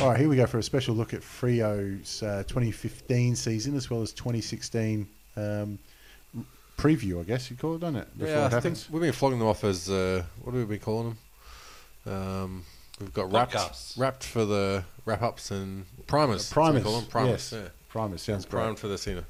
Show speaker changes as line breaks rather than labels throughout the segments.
All right, here we go for a special look at Frio's uh, 2015 season as well as 2016 um, preview, I guess you'd call it, don't it? Before
yeah,
it
I think
happens.
we've been flogging them off as uh, what have we been calling them? Um, we've got wrapped,
Podcasts.
wrapped for the wrap ups and primers.
Primus.
call them primers.
Yes.
Yeah.
Primus sounds great.
Primed for the scene.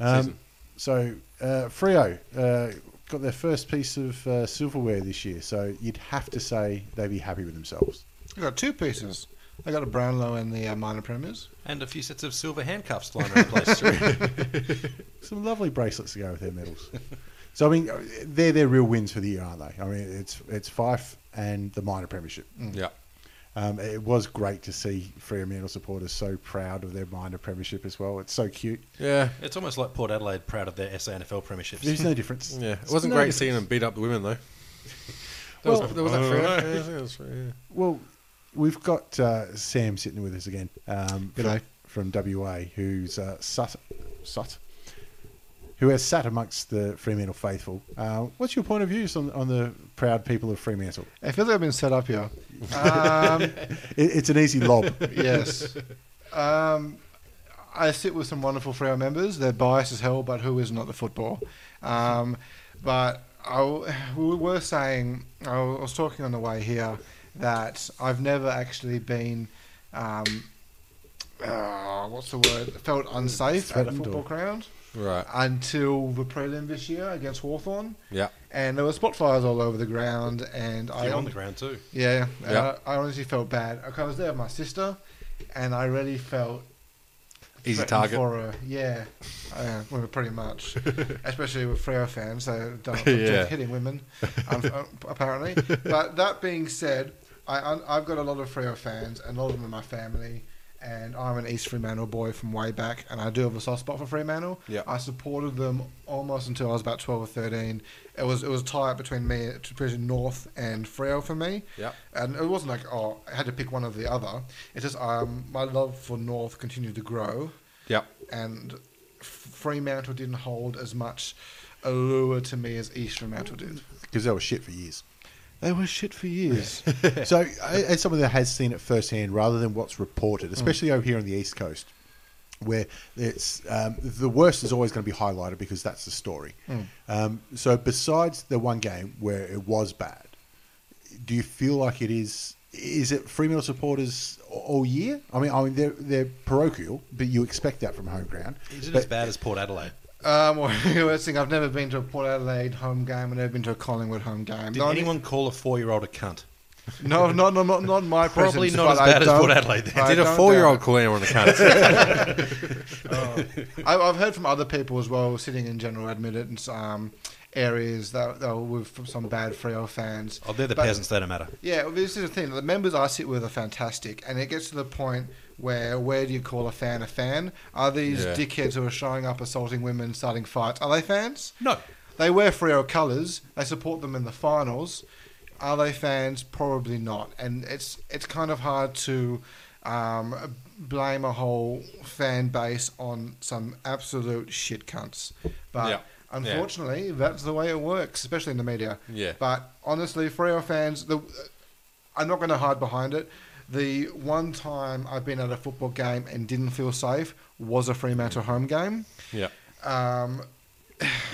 Um, so, uh, Frio uh, got their first piece of uh, silverware this year, so you'd have to say they'd be happy with themselves.
I got two pieces. I got a Brownlow and the uh, minor premiers.
And a few sets of silver handcuffs lying around the place.
Some lovely bracelets to go with their medals. so, I mean, they're their real wins for the year, aren't they? I mean, it's, it's Fife and the minor premiership.
Yeah.
Um, it was great to see Fremantle supporters so proud of their minor premiership as well. It's so cute.
Yeah.
It's almost like Port Adelaide proud of their SA NFL premierships.
There's no difference.
Yeah. It
There's
wasn't
no
great
difference.
seeing them beat up the women though. That
Well-
was, that was
Oh,
that fair? Yeah, I think that was fair, yeah.
Well, we've got uh, Sam sitting with us again um,
G'day.
from, from WA, who's uh, sat, sat, who has sat amongst the Fremantle faithful. Uh, what's your point of views on, on the proud people of Fremantle?
I feel like I've been set up here. Um,
It, it's an easy lob.
yes. Um, I sit with some wonderful Freo members. They're biased as hell, but who is not the football? Um, but I w we were saying, I was talking on the way here that I've never actually been, um, uh, what's the word? Felt unsafe at a
Threatened or-
football ground
Right.
until the prelim this year against Hawthorn,
Yeah.
And there were spotfires all over the ground, and I
You're on the ground too.
yeah, and
Yeah.
I, I honestly felt bad. Okay, I was there with my sister, and I really felt
Easy
threatened
target.
for her. Yeah, uh, we were pretty much, especially with Freo fans. So don't,
Yeah.
don't hitting women, um, apparently. But that being said, I, I, I've got a lot of Freo fans, and a lot of them are my family. And I'm an East Fremantle boy from way back, and I do have a soft spot for Fremantle.
Yeah.
I supported them almost until I was about 12 or 13. It was it was a tie up between me, between North and Freo for me.
Yeah.
And it wasn't like, oh, I had to pick one or the other. It's just um, my love for North continued to grow,
Yeah.
and F- Fremantle didn't hold as much allure to me as East Fremantle did.
because they were shit for years.
They were shit for years.
so, I- as someone that has seen it firsthand, rather than what's reported, especially over here on the east coast, where it's um, the worst is always going to be highlighted because that's the story. Um, so, besides the one game where it was bad, do you feel like it is? Is it Fremantle supporters all year? I mean, I mean they're they're parochial, but you expect that from home ground.
Is it
But
as bad as Port Adelaide?
um, well, the worst thing, I've never been to a Port Adelaide home game. I've never been to a Collingwood home game.
Did
Not-
anyone call a four-year-old a cunt?
No, not, not, not, not in my
Probably
presence,
not
but
as
I
bad as
don't-
Port Adelaide then.
but I
Did a
don't
four year
doubt-
old call anyone a cunt?
I, I've heard from other people as well, sitting in general admittance um, areas that, that were with some bad Freo fans.
Oh, they're the
But-
peasants. They don't matter.
Yeah, well, this is the thing. The members I sit with are fantastic, and it gets to the point where where do you call a fan a fan? Are these
Yeah.
dickheads who are showing up, assaulting women, starting fights? Are they fans?
No.
They wear Freo colours. They support them in the finals. Are they fans? Probably not. And it's it's kind of hard to um, blame a whole fan base on some absolute shit cunts. But
Yeah.
unfortunately, that's the way it works, especially in the media.
Yeah.
But honestly, Freo fans, the uh, I'm not going to hide behind it. The one time I've been at a football game and didn't feel safe was a Fremantle home game.
yeah.
Um,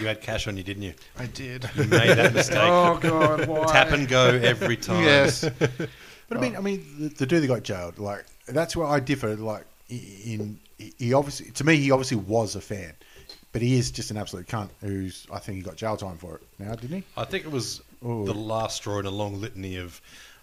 You had cash on you, didn't you?
I did.
You made that mistake.
Oh God! Why?
Tap and go every time.
Yes.
But I mean, I mean, the, the dude that got jailed, like that's where I differ. Like in he obviously to me he obviously was a fan, but he is just an absolute cunt. Who's I think he got jail time for it now, didn't he?
I think it was the last straw in a long litany of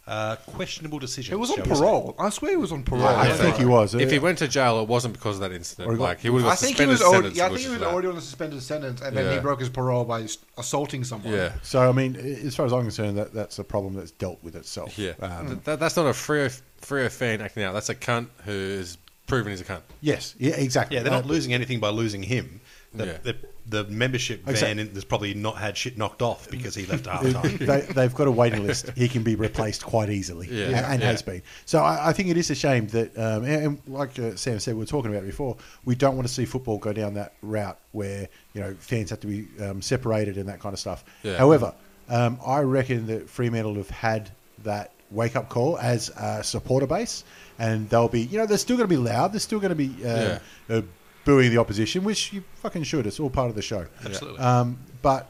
uh, questionable decisions.
It was on
shall we say.
parole. I swear he was on parole.
I
Yeah.
think he was.
If he
uh,
went to jail, it wasn't because of that incident.
Or he got-
like he would have
I
got
think he
suspended
was already,
sentence.
yeah, I think
which
he
is
was
that.
already on a suspended sentence, and then he
Yeah.
broke his parole by s- assaulting someone.
Yeah.
So I mean, as far as I'm concerned, that that's a problem that's dealt with itself.
Yeah,
Um,
Uh,
Mm.
Th- that, that's not a Freo, Freo fan acting out. That's a cunt who's proven he's a cunt.
Yes. Yeah. Exactly.
Yeah, they're not
Uh,
losing anything by losing him. The,
Yeah.
the, the membership
Exact-
van has probably not had shit knocked off because he left half time.
they, they've got a waiting list. He can be replaced quite easily,
Yeah.
and, and
Yeah.
has been. So I, I think it is a shame that, um, and, and like uh, Sam said, we were talking about it before. We don't want to see football go down that route where you know fans have to be um, separated and that kind of stuff.
Yeah.
However, um, I reckon that Fremantle have had that wake up call as a supporter base, and they'll be, you know, they're still going to be loud. They're still going to be. Uh, uh, Booing the opposition, which you fucking should. It's all part of the show.
Absolutely.
Um, but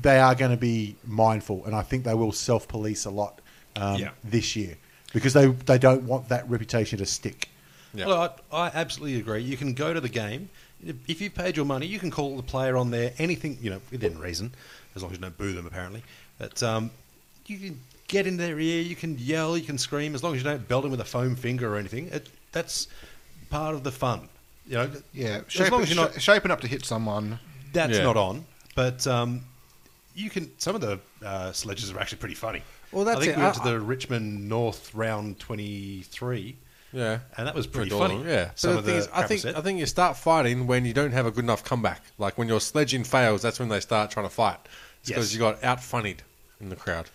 they are going to be mindful, and I think they will self police a lot um,
Yeah.
this year because they they don't want that reputation to stick.
Yeah.
Well, I, I absolutely agree. You can go to the game. If you paid your money, you can call the player on there. Anything, you know, within reason, as long as you don't boo them, apparently. But um, you can get in their ear, you can yell, you can scream, as long as you don't belt them with a foam finger or anything. It, that's part of the fun. You know,
yeah.
as
Shape,
long as you're not
sh- shaping up to hit someone.
that's
Yeah.
not on. But um, you can. Some of the uh, sledges are actually pretty funny.
Well, that's
I think
it.
we went
I-
to the Richmond North round twenty three.
Yeah.
and that was pretty
Adorable,
funny.
Yeah.
some
But
of
the thing
the
is, I
crap
think
said.
I think you start fighting when you don't have a good enough comeback. Like when your sledging fails, that's when they start trying to fight. It's
Yes.
because you got out funnied in the crowd.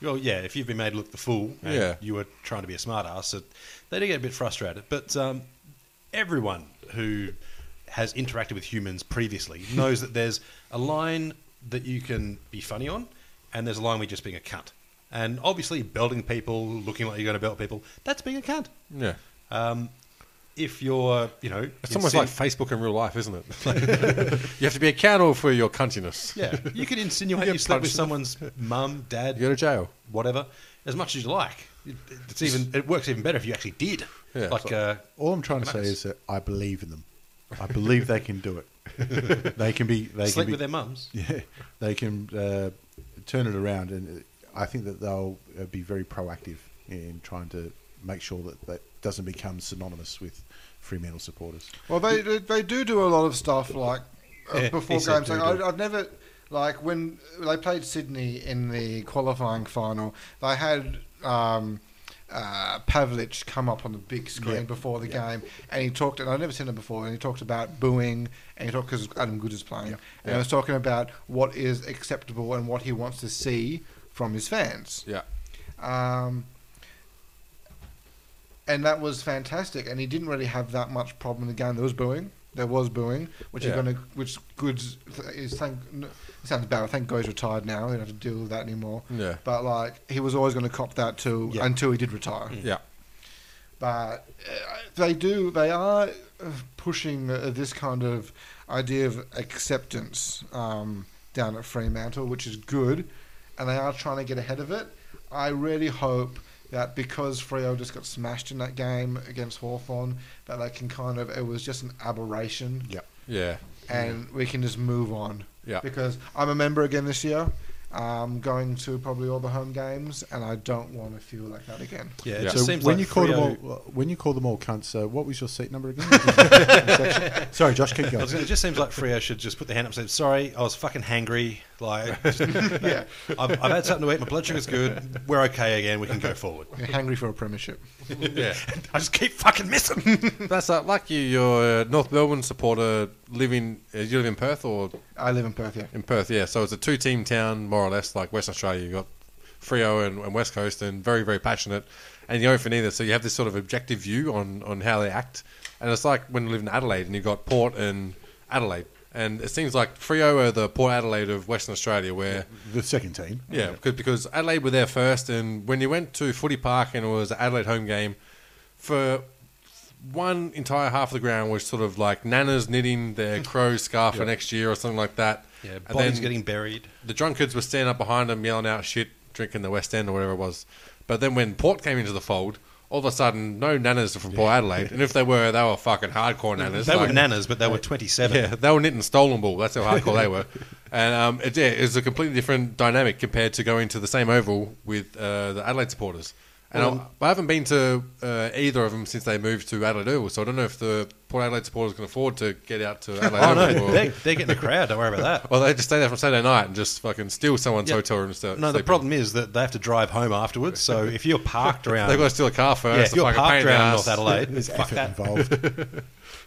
Well, yeah, if you've been made to look the fool and
Yeah.
you were trying to be a smart ass, it, they do get a bit frustrated. But um, everyone who has interacted with humans previously knows that there's a line that you can be funny on, and there's a line where you're just being a cunt. And obviously, belting people, looking like you're going to belt people, that's being a cunt.
Yeah.
Um, if you're, you know,
It's almost like Facebook in real life, isn't it? you have to be accountable for your cuntiness.
yeah, you can insinuate
You
you slept with
punched-
someone's mum, dad,
You go to jail.
whatever, as much as you like. It, it's even it works even better if you actually did.
Yeah.
like uh,
All I'm trying to say
Nice.
is that I believe in them. I believe they can do it. They can be. They can
sleep
be,
with their mums.
Yeah, they can uh, turn it around, and I think that they'll uh, be very proactive in trying to make sure that that doesn't become synonymous with Fremantle supporters.
Well, they they- they do do a lot of stuff like uh,
Yeah,
before
he said
games. Like,
do-do.
I, I've never like when they played Sydney in the qualifying final. They had. Um, uh, Pavlich come up on the big screen before the game, and he talked, and I've never seen him before. And he talked about booing, and he talked because Adam Good is playing, and he was talking about what is acceptable and what he wants to see from his fans.
Yeah.
Um, and that was fantastic. And he didn't really have that much problem in the game. There was booing. There was booing, which
Yeah.
is going to, which goods is thank. n- It sounds bad. I think Go's retired now. They don't have to deal with that anymore.
Yeah.
But like, he was always going to cop that too
Yeah.
until he did retire.
Yeah.
But uh, they do. They are uh, pushing uh, this kind of idea of acceptance um, down at Fremantle, which is good, and they are trying to get ahead of it. I really hope that because Freo just got smashed in that game against Hawthorn, that they can kind of it was just an aberration,
Yeah.
and we can just move on.
Yeah.
Because I'm a member again this year. I'm going to probably all the home games, and I don't want to feel like that again.
Yeah, it
Yeah.
just
so
seems
when
like
you call them all, uh,
Freo-
when you call them all cunts, uh, what was your seat number again? Sorry, Josh, keep
I
going.
was gonna- it just seems like Freo should just put their hand up and say, "Sorry, I was fucking hangry. Like, just-
Yeah.
I've, I've had something to eat. My blood sugar's good. We're okay again. We can go forward."
You're hungry for a premiership.
Yeah.
I just keep fucking missing.
That's like, like you, you're a North Melbourne supporter living, uh, you live in Perth or
I live in Perth, yeah.
in Perth, yeah. So it's a two team town, more or less, like Western Australia. You've got Frio and, and West Coast, and very, very passionate, and you go for neither. So you have this sort of objective view on, on how they act. And it's like when you live in Adelaide and you've got Port and Adelaide. And it seems like Frio are the Port Adelaide of Western Australia, where.
The second team.
Yeah, because, because Adelaide were there first, and when you went to Footy Park and it was an Adelaide home game, for one entire half of the ground was sort of like nanas knitting their crow scarf for next year or something like that.
Yeah,
And
body's
then
getting buried.
The drunkards were standing up behind them, yelling out shit, drinking the West End or whatever it was. But then when Port came into the fold, all of a sudden, no nanas from Port Adelaide, and if they were, they were fucking hardcore nanas.
They were
like-
nanas, but they were 27.
Yeah, they were knitting stolen ball. That's how hardcore they were. And um, it, yeah, it was a completely different dynamic compared to going to the same oval with uh, the Adelaide supporters. And
um,
I'll- I haven't been to uh, either of them since they moved to Adelaide Oval, so I don't know if the Port Adelaide supporters can afford to get out to Adelaide
Oh,
Oval.
no,
or-
they're, they're getting a crowd. Don't worry about that.
Well, they just stay there from Saturday night and just fucking steal someone's hotel room. And start
No, the
sleeping.
problem is that they have to drive home afterwards. So if you're parked around,
they've got to steal a car first.
yeah,
it's
if
a
you're
fucking pain
parked
in the
around
ass.
North Adelaide,
There's
fuck
effort
that.
involved.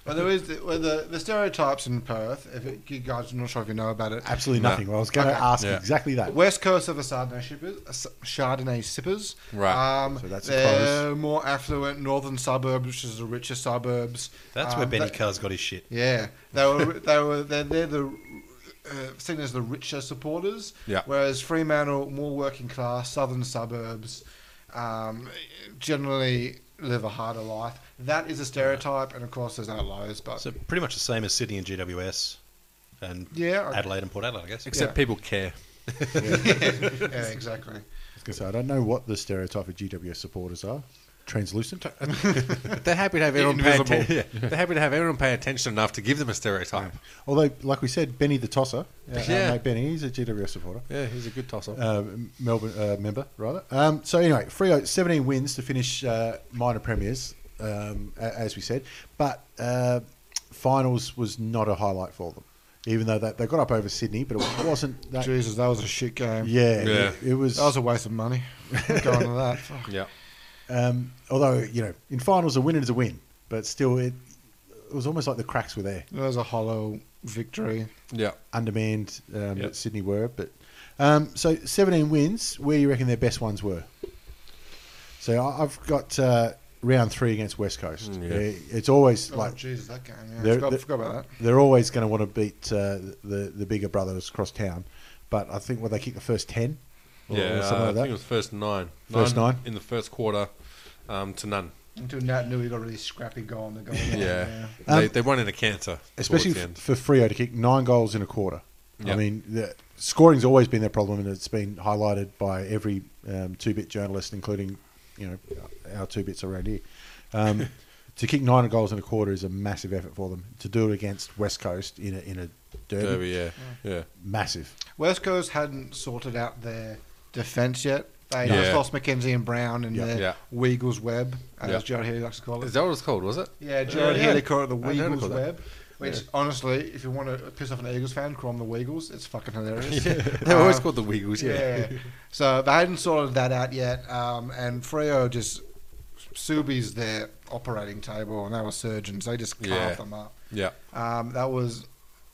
Well, there is well, the, the stereotypes in Perth. If it, you guys, I'm not sure if you know about it.
Absolutely nothing. Well, I was going to ask
Yeah.
exactly that.
West Coast of the Chardonnay shippers, uh, s- Chardonnay sippers.
Right.
Um,
So that's
they're more affluent northern suburbs, which is the richer suburbs.
That's
Um,
where Benny
that-
Carr's got his shit.
Yeah, they were they were they're, they're the uh, seen as the richer supporters.
Yeah.
Whereas Fremantle, more working class, southern suburbs, um, generally live a harder life. That is a stereotype, and of course, there's outliers, but
So pretty much the same as Sydney and GWS, and
Yeah, I-
Adelaide and Port Adelaide, I guess.
Except
Yeah.
people care.
yeah, exactly.
So I don't know what the stereotype of GWS supporters are. Translucent.
They're happy to have everyone pay
Invisible.
attention. They're happy to have everyone pay attention enough to give them a stereotype.
Although, like we said, Benny the tosser. Yeah.
Yeah.
mate Benny, he's a GWS supporter.
Yeah, he's a good toss-up.
uh, Melbourne uh, member, rather. Um, so anyway, Frio 17 wins to finish uh, minor premiers, um, a- as we said, but uh, finals was not a highlight for them. Even though they, they got up over Sydney, but it wasn't that.
Jesus, that was a shit game.
Yeah,
Yeah.
It, it was.
That was a waste of money. Going to that. Fuck.
yeah.
um, although you know, in finals, a win is a win, but still, it, it was almost like the cracks were there.
That was a hollow victory.
Yeah.
Undermanned um,
Yep.
that Sydney were, but um, so 17 wins. Where do you reckon their best ones were? So I- I've got uh, round three against West Coast.
Mm, yeah.
It- It's always
Like,
like
oh, Jesus, that game. Yeah,
they're-
I forgot,
they're-
forgot about that.
They're always going to want to beat uh, the the bigger brothers across town, but I think what they kicked the first ten, or, or
Yeah,
something
uh,
like
I think
that.
it was first nine.
First nine?
in the first quarter um, to none.
Until Nat knew he got a really scrappy goal on the goal. line,
Yeah,
Um,
they, they won in a canter,
Especially
towards
f-
the
for Frio to kick nine goals in a quarter. I
Yep.
mean, the, scoring's always been their problem, and it's been highlighted by every um, two-bit journalist, including you know our two bits around here. Um, to kick nine goals in a quarter is a massive effort for them. To do it against West Coast in a, in a derby,
end. Derby, yeah, yeah,
massive.
West Coast hadn't sorted out their defence yet. They
No.
just
Yeah.
lost McKenzie and Brown in
Yeah.
their
Yeah.
Weagles web, as
Yeah.
Jared Healy likes to call it.
Is that what it's called? Was it?
yeah, Jared
Yeah, yeah.
Healy called it the
I heard it
Weagles
called that.
web. Which, honestly, if you want to piss off an Eagles fan, call them the Weagles. It's fucking hilarious.
They're always
Uh,
called the Wiggles. Yeah,
Yeah. so they hadn't sorted that out yet, um, and Freo just Subi's their operating table, and they were surgeons. They just carved
Yeah.
them up.
yeah.
Um, that was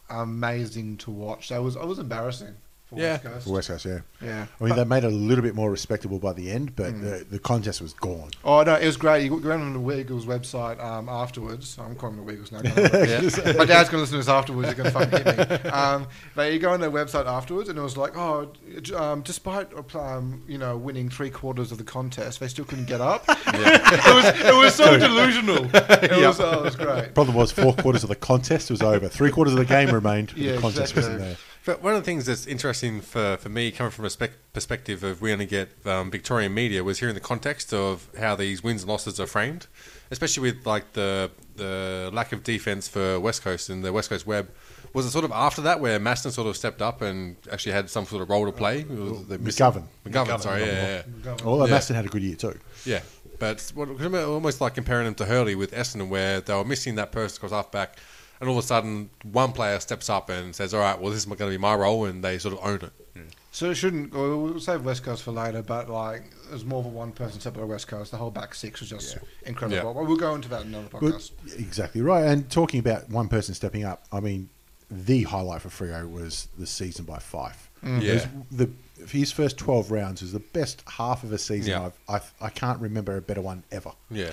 amazing to watch. That was it was embarrassing for
Yeah.
West Coast.
For West Coast, yeah.
yeah. Mm.
I mean, they made it a little bit more respectable by the end, but the, the contest was gone.
Oh no, it was great. You went on the Wiggles website um, afterwards. I'm calling them the Wiggles now. can't I? My dad's gonna listen to this afterwards. He's gonna fucking hit me. Um, but you go on their website afterwards, and it was like, oh, j- um, despite um, you know winning three quarters of the contest, they still couldn't get up. it was it was so delusional. It was oh, it was great.
Problem was, four quarters of the contest was over. Three quarters of the game remained. but
Yeah,
the contest
exactly.
wasn't there.
But one of the things that's interesting for, for me, coming from a spec- perspective of we only get um, Victorian media, was hearing the context of how these wins and losses are framed, especially with like the the lack of defense for West Coast and the West Coast Web. Was it sort of after that where Maston sort of stepped up and actually had some sort of role to play? It was- they missed-
McGovern.
McGovern, sorry, yeah, yeah, yeah.
Although
Yeah.
Maston had a good year too.
Yeah, but it's what, 'cause I'm almost like comparing them to Hurley with Essendon, where they were missing that person across half back, and all of a sudden one player steps up and says, "All right, well, this is going to be my role," and they sort of own it.
So it shouldn't. We'll we'll save West Coast for later, but like it was more of a one person separate of West Coast. The whole back six was just
Yeah.
incredible. Well, we'll go into that in another podcast.
exactly right. And talking about one person stepping up, I mean, the highlight for Frio was the season by Fife.
Mm. Yeah.
It was the his first twelve rounds was the best half of a season.
Yeah.
I've, i I can't remember a better one ever.
Yeah,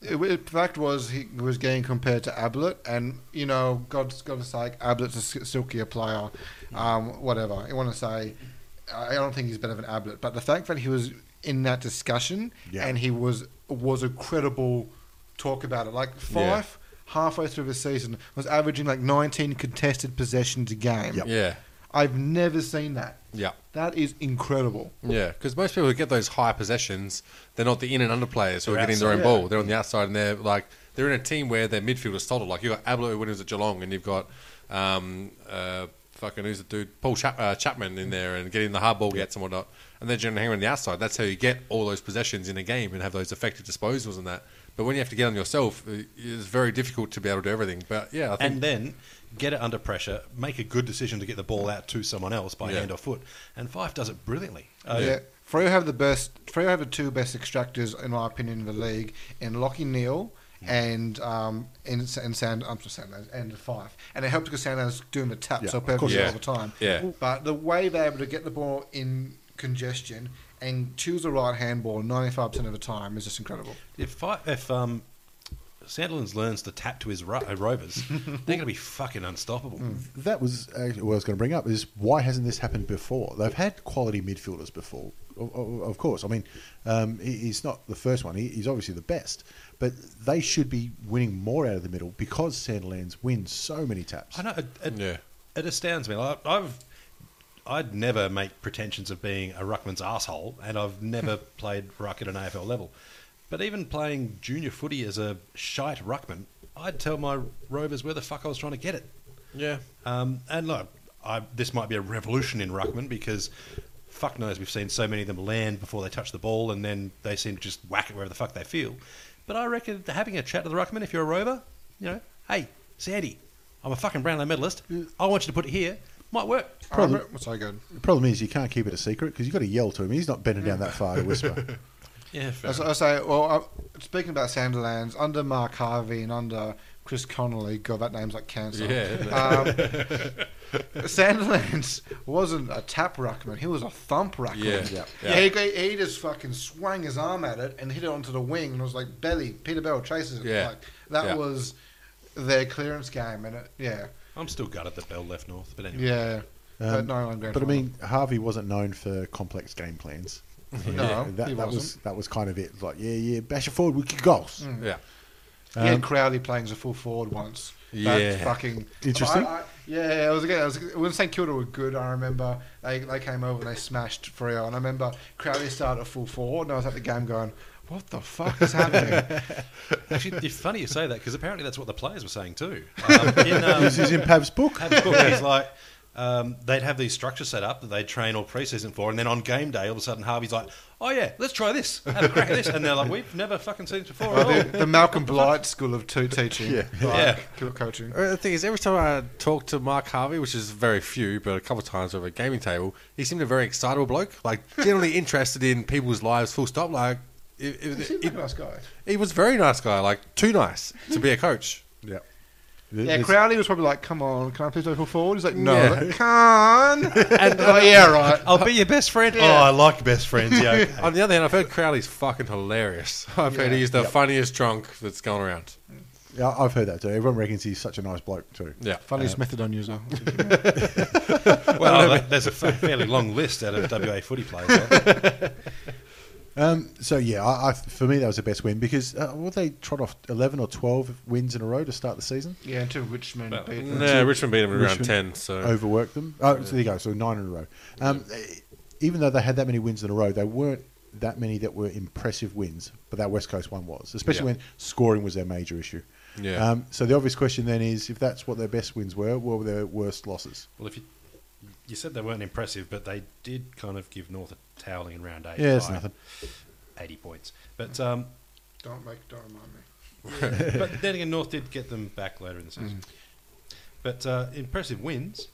It, the fact was he was getting compared to Ablett, and you know, God's got to say, Ablett's a s- silkier player. Um, whatever you want to say, I I don't think he's better than Ablett, but the fact that he was in that discussion
Yeah.
and he was was a credible talk about it. Like
Yeah.
Fife, halfway through the season, was averaging like 19 contested possessions a game.
Yep.
yeah.
I've never seen that.
Yeah.
That is incredible.
Yeah, because most people who get those high possessions, they're not the in and under players who are
They're
getting their own
outside.
ball. They're on the outside, and they're like they're in a team where their midfield is solid. Like you have got Ablo when he was at Geelong, and you've got um, uh, fucking who's the dude Paul Chap- uh, Chapman in there and getting the hard ball gets and whatnot. And they're generally hanging on the outside. That's how you get all those possessions in a game and have those effective disposals and that. But when you have to get on yourself, it- it's very difficult to be able to do everything. But yeah, I think
and then get it under pressure, make a good decision to get the ball out to someone else by
Yeah.
hand or foot. And Fife does it brilliantly.
Yeah.
Oh,
Uh,
Freo have the best. Freo have the two best extractors, in my opinion, in the league, in Lockie Neal
Mm.
and um and, and Sand. I'm sorry, Sanders and Fife. And it helps because Sanders doing the tap
Yeah,
so
of course
perfectly
he
all
does.
the time.
Yeah.
But the way they're able to get the ball in congestion and choose the right hand ball 95 percent of the time is just incredible.
If Fife, if um, Sandilands learns to tap to his ro- uh, rovers, they're going to be fucking unstoppable.
Hmm.
That was uh, what I was going to bring up is why hasn't this happened before? They've had quality midfielders before, of, of, of course. I mean, um, he, he's not the first one. He, he's obviously the best, but they should be winning more out of the middle because Sandilands wins so many taps.
I know it, it,
Yeah.
it astounds me. Like, I've I'd never make pretensions of being a ruckman's asshole, and I've never played ruck at an AFL level. But even playing junior footy as a shite ruckman, I'd tell my rovers where the fuck I was trying to get it.
yeah,
Um, and look, I, this might be a revolution in ruckman because fuck knows we've seen so many of them land before they touch the ball, and then they seem to just whack it wherever the fuck they feel. But I reckon having a chat to the ruckman if you're a rover, you know, hey Sandy, I'm a fucking Brownlow medalist. I want you to put it here. Might work.
Probably-
Um, so good.
The problem is you can't keep it a secret because you've got to yell to him. He's not bending down that far to whisper.
Yeah, fair.
As I say, well, I, speaking about Sanderlands, under Mark Harvey and under Chris Connolly, God, that name's like cancer.
Yeah, isn't it?
Um, Sanderlands wasn't a tap ruckman; he was a thump ruckman.
Yeah.
Yeah. He, he just fucking swung his arm at it and hit it onto the wing, and it was like belly. Peter Bell chases it.
Yeah.
Like, that
Yeah.
was their clearance game, and it, yeah,
I'm still gutted that Bell left North, but anyway.
yeah. but no, I'm going.
Um, but I mean, Harvey wasn't known for complex game plans.
no,
that,
he
that
wasn't.
was that was kind of it. Like, yeah, yeah, bash it forward, we kick goals.
yeah.
He had Crowley playing as a full forward once. That's
Yeah.
fucking
Interesting.
I, I, yeah, it was again. It was, when St Kilda were good, I remember they, they came over and they smashed Freo, and I remember Crowley started at full forward, and I was at the game going, "What the fuck is happening?"
Actually, it's funny you say that because apparently that's what the players were saying too. Um, in,
Mm.
um,
This is in Pav's book.
Have a cook. He's like, um, they'd have these structures set up that they train all preseason for, and then on game day, all of a sudden, Harvey's like, "Oh yeah, let's try this, have a crack at this," and they're like, "We've never fucking seen this before at all."
the, the Malcolm Blight School of Two Teaching, yeah,
Yeah.
coaching.
Uh, The thing is, every time I talk to Mark Harvey, which is very few, but a couple of times over a gaming table, he seemed a very excitable bloke. Like, generally interested in people's lives, full stop. Like, it, it-
He seemed like
it-
a nice guy.
he was a very nice guy. Like, too nice to be a coach.
Yeah.
Yeah, Crowley was probably like, "Come on, can I please go full forward?" He's like, "No,
Yeah.
like, can." And oh yeah, right.
I'll be your best friend. Oh, I like best friends. Yeah, okay.
On the other hand, I've heard Crowley's fucking hilarious. I've heard
Yeah.
he's the funniest drunk that's going around.
Yeah, I've heard that too. Everyone reckons he's such a nice bloke too.
Yeah.
Funniest method on user.
well, that- there's a fa- fairly long list out of WA footy players. Right?
Um, so yeah, I, I, for me that was the best win because uh, what they trot off eleven or twelve wins in a row to start the season.
yeah, until Richmond beat them.
Nah, Richmond beat him around
Richmond
10, so.
Overworked them. Oh, so there you go. So nine in a row. Um, eh, Even though they had that many wins in a row, they weren't that many that were impressive wins. But that West Coast one was, especially
Yeah.
when scoring was their major issue.
Yeah.
Um, so the obvious question then is, if that's what their best wins were, what were their worst losses?
well, if you you said they weren't impressive, but they did kind of give North a toweling in round eight.
Yeah, it's
by
nothing.
Eighty points, but um,
Don't make, don't remind me.
but then again, North did get them back later in the season. But uh, impressive wins.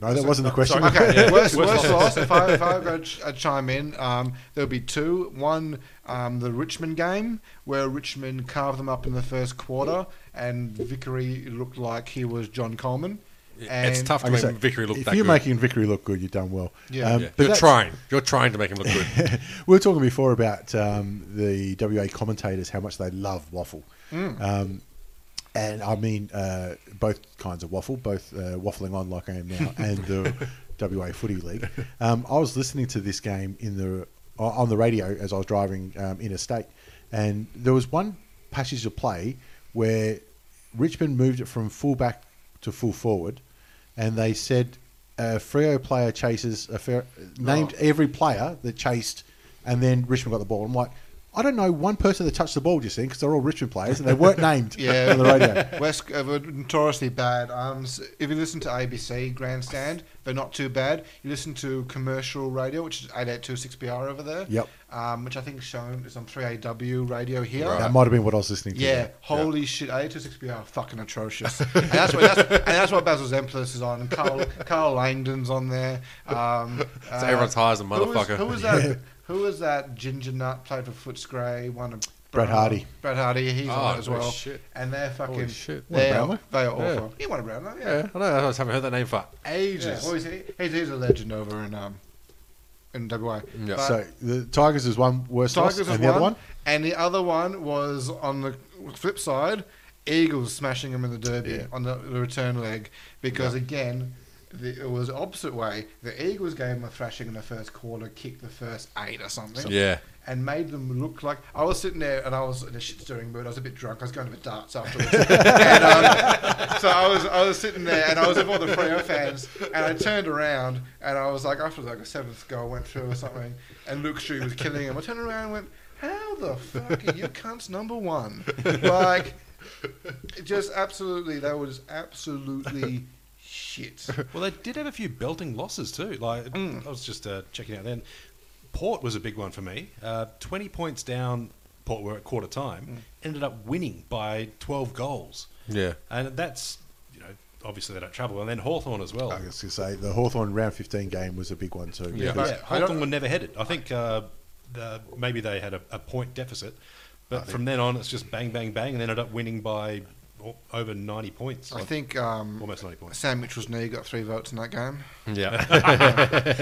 No, that wasn't the question.
Okay, worst, worst loss. If I, if I go ch- uh, chime in, um, there'll be two. One, um, the Richmond game, where Richmond carved them up in the first quarter, and Vickery looked like he was John Coleman. And
it's tough to
Like I
make
say,
Vickery look
if
that
you're
good.
making Vickery look good, you've done well. Um,
Yeah.
Yeah.
but
You're
that's-
trying. You're trying to make him look good.
we were talking before about um, the WA commentators, how much they love waffle. Um, and I mean uh, both kinds of waffle, both uh, waffling on like I am now and the WA Footy League. Um, I was listening to this game in the on the radio as I was driving um, interstate, and there was one passage of play where Richmond moved it from full back to full forward, and they said a Frio player chases a Fer- named every player that chased, and then Richmond got the ball. I'm like, I don't know one person that touched the ball just then because they're all Richmond players and they weren't named
Yeah.
on the radio.
West uh, were notoriously bad. Um, s- if you listen to ABC Grandstand, they're not too bad. You listen to commercial radio, which is 8826BR over there.
Yep.
Um, which I think is shown is on 3AW radio here.
That might have been what I was listening to.
Yeah, holy shit! I ate six are fucking atrocious. and that's what that's, and that's what Basil Zemplis is on. And Carl Carl Langdon's on there. Um, uh,
everyone's high as a
who was-
motherfucker.
Who was that? Who was that ginger nut played for Footscray? One of
Brett Hardy.
Brett Hardy, he's
Oh,
on it as
no
well.
shit.
And they're fucking.
Holy shit. Won a
They
Brownlow?
are, they are
Yeah.
awful. He won a brown nut, yeah.
Yeah, I know. I just haven't heard that name for
Yeah,
ages.
well, he's, he's, he's a legend over in um in WA.
Yeah.
But-
So the Tigers is one worse loss,
Tigers was
and the
one,
other one.
and the other one was on the flip side, Eagles smashing them in the derby on the, the return leg because again. The, it was opposite way. The Eagles gave them a thrashing in the first quarter, kicked the first eight or something,
Yeah.
and made them look like I was sitting there and I was in a shit stirring mood. I was a bit drunk. I was going to the darts afterwards, and, um, so I was I was sitting there and I was with all the Freo fans, and I turned around and I was like after like a seventh goal went through or something, and Luke Shue was killing him. I turned around and went, "How the fuck are you cunts number one?" Like, just absolutely, that was absolutely shit.
Well, they did have a few belting losses too. Like
Mm.
I was just uh, checking out then. Port was a big one for me. Uh, Twenty points down. Port were at quarter time.
Mm.
Ended up winning by twelve goals.
Yeah.
and that's you know obviously they don't travel. And then Hawthorn as well.
I was going to say the Hawthorn round 15 game was a big one too.
Yeah.
because-
Yeah,
I don't-
Hawthorn were never headed. I think uh, the, maybe they had a, a point deficit, but from then on it's just bang, bang, bang, and they ended up winning by o- over ninety points.
I think um,
almost ninety points
Sam Mitchell's knee got three votes in that game.
Yeah.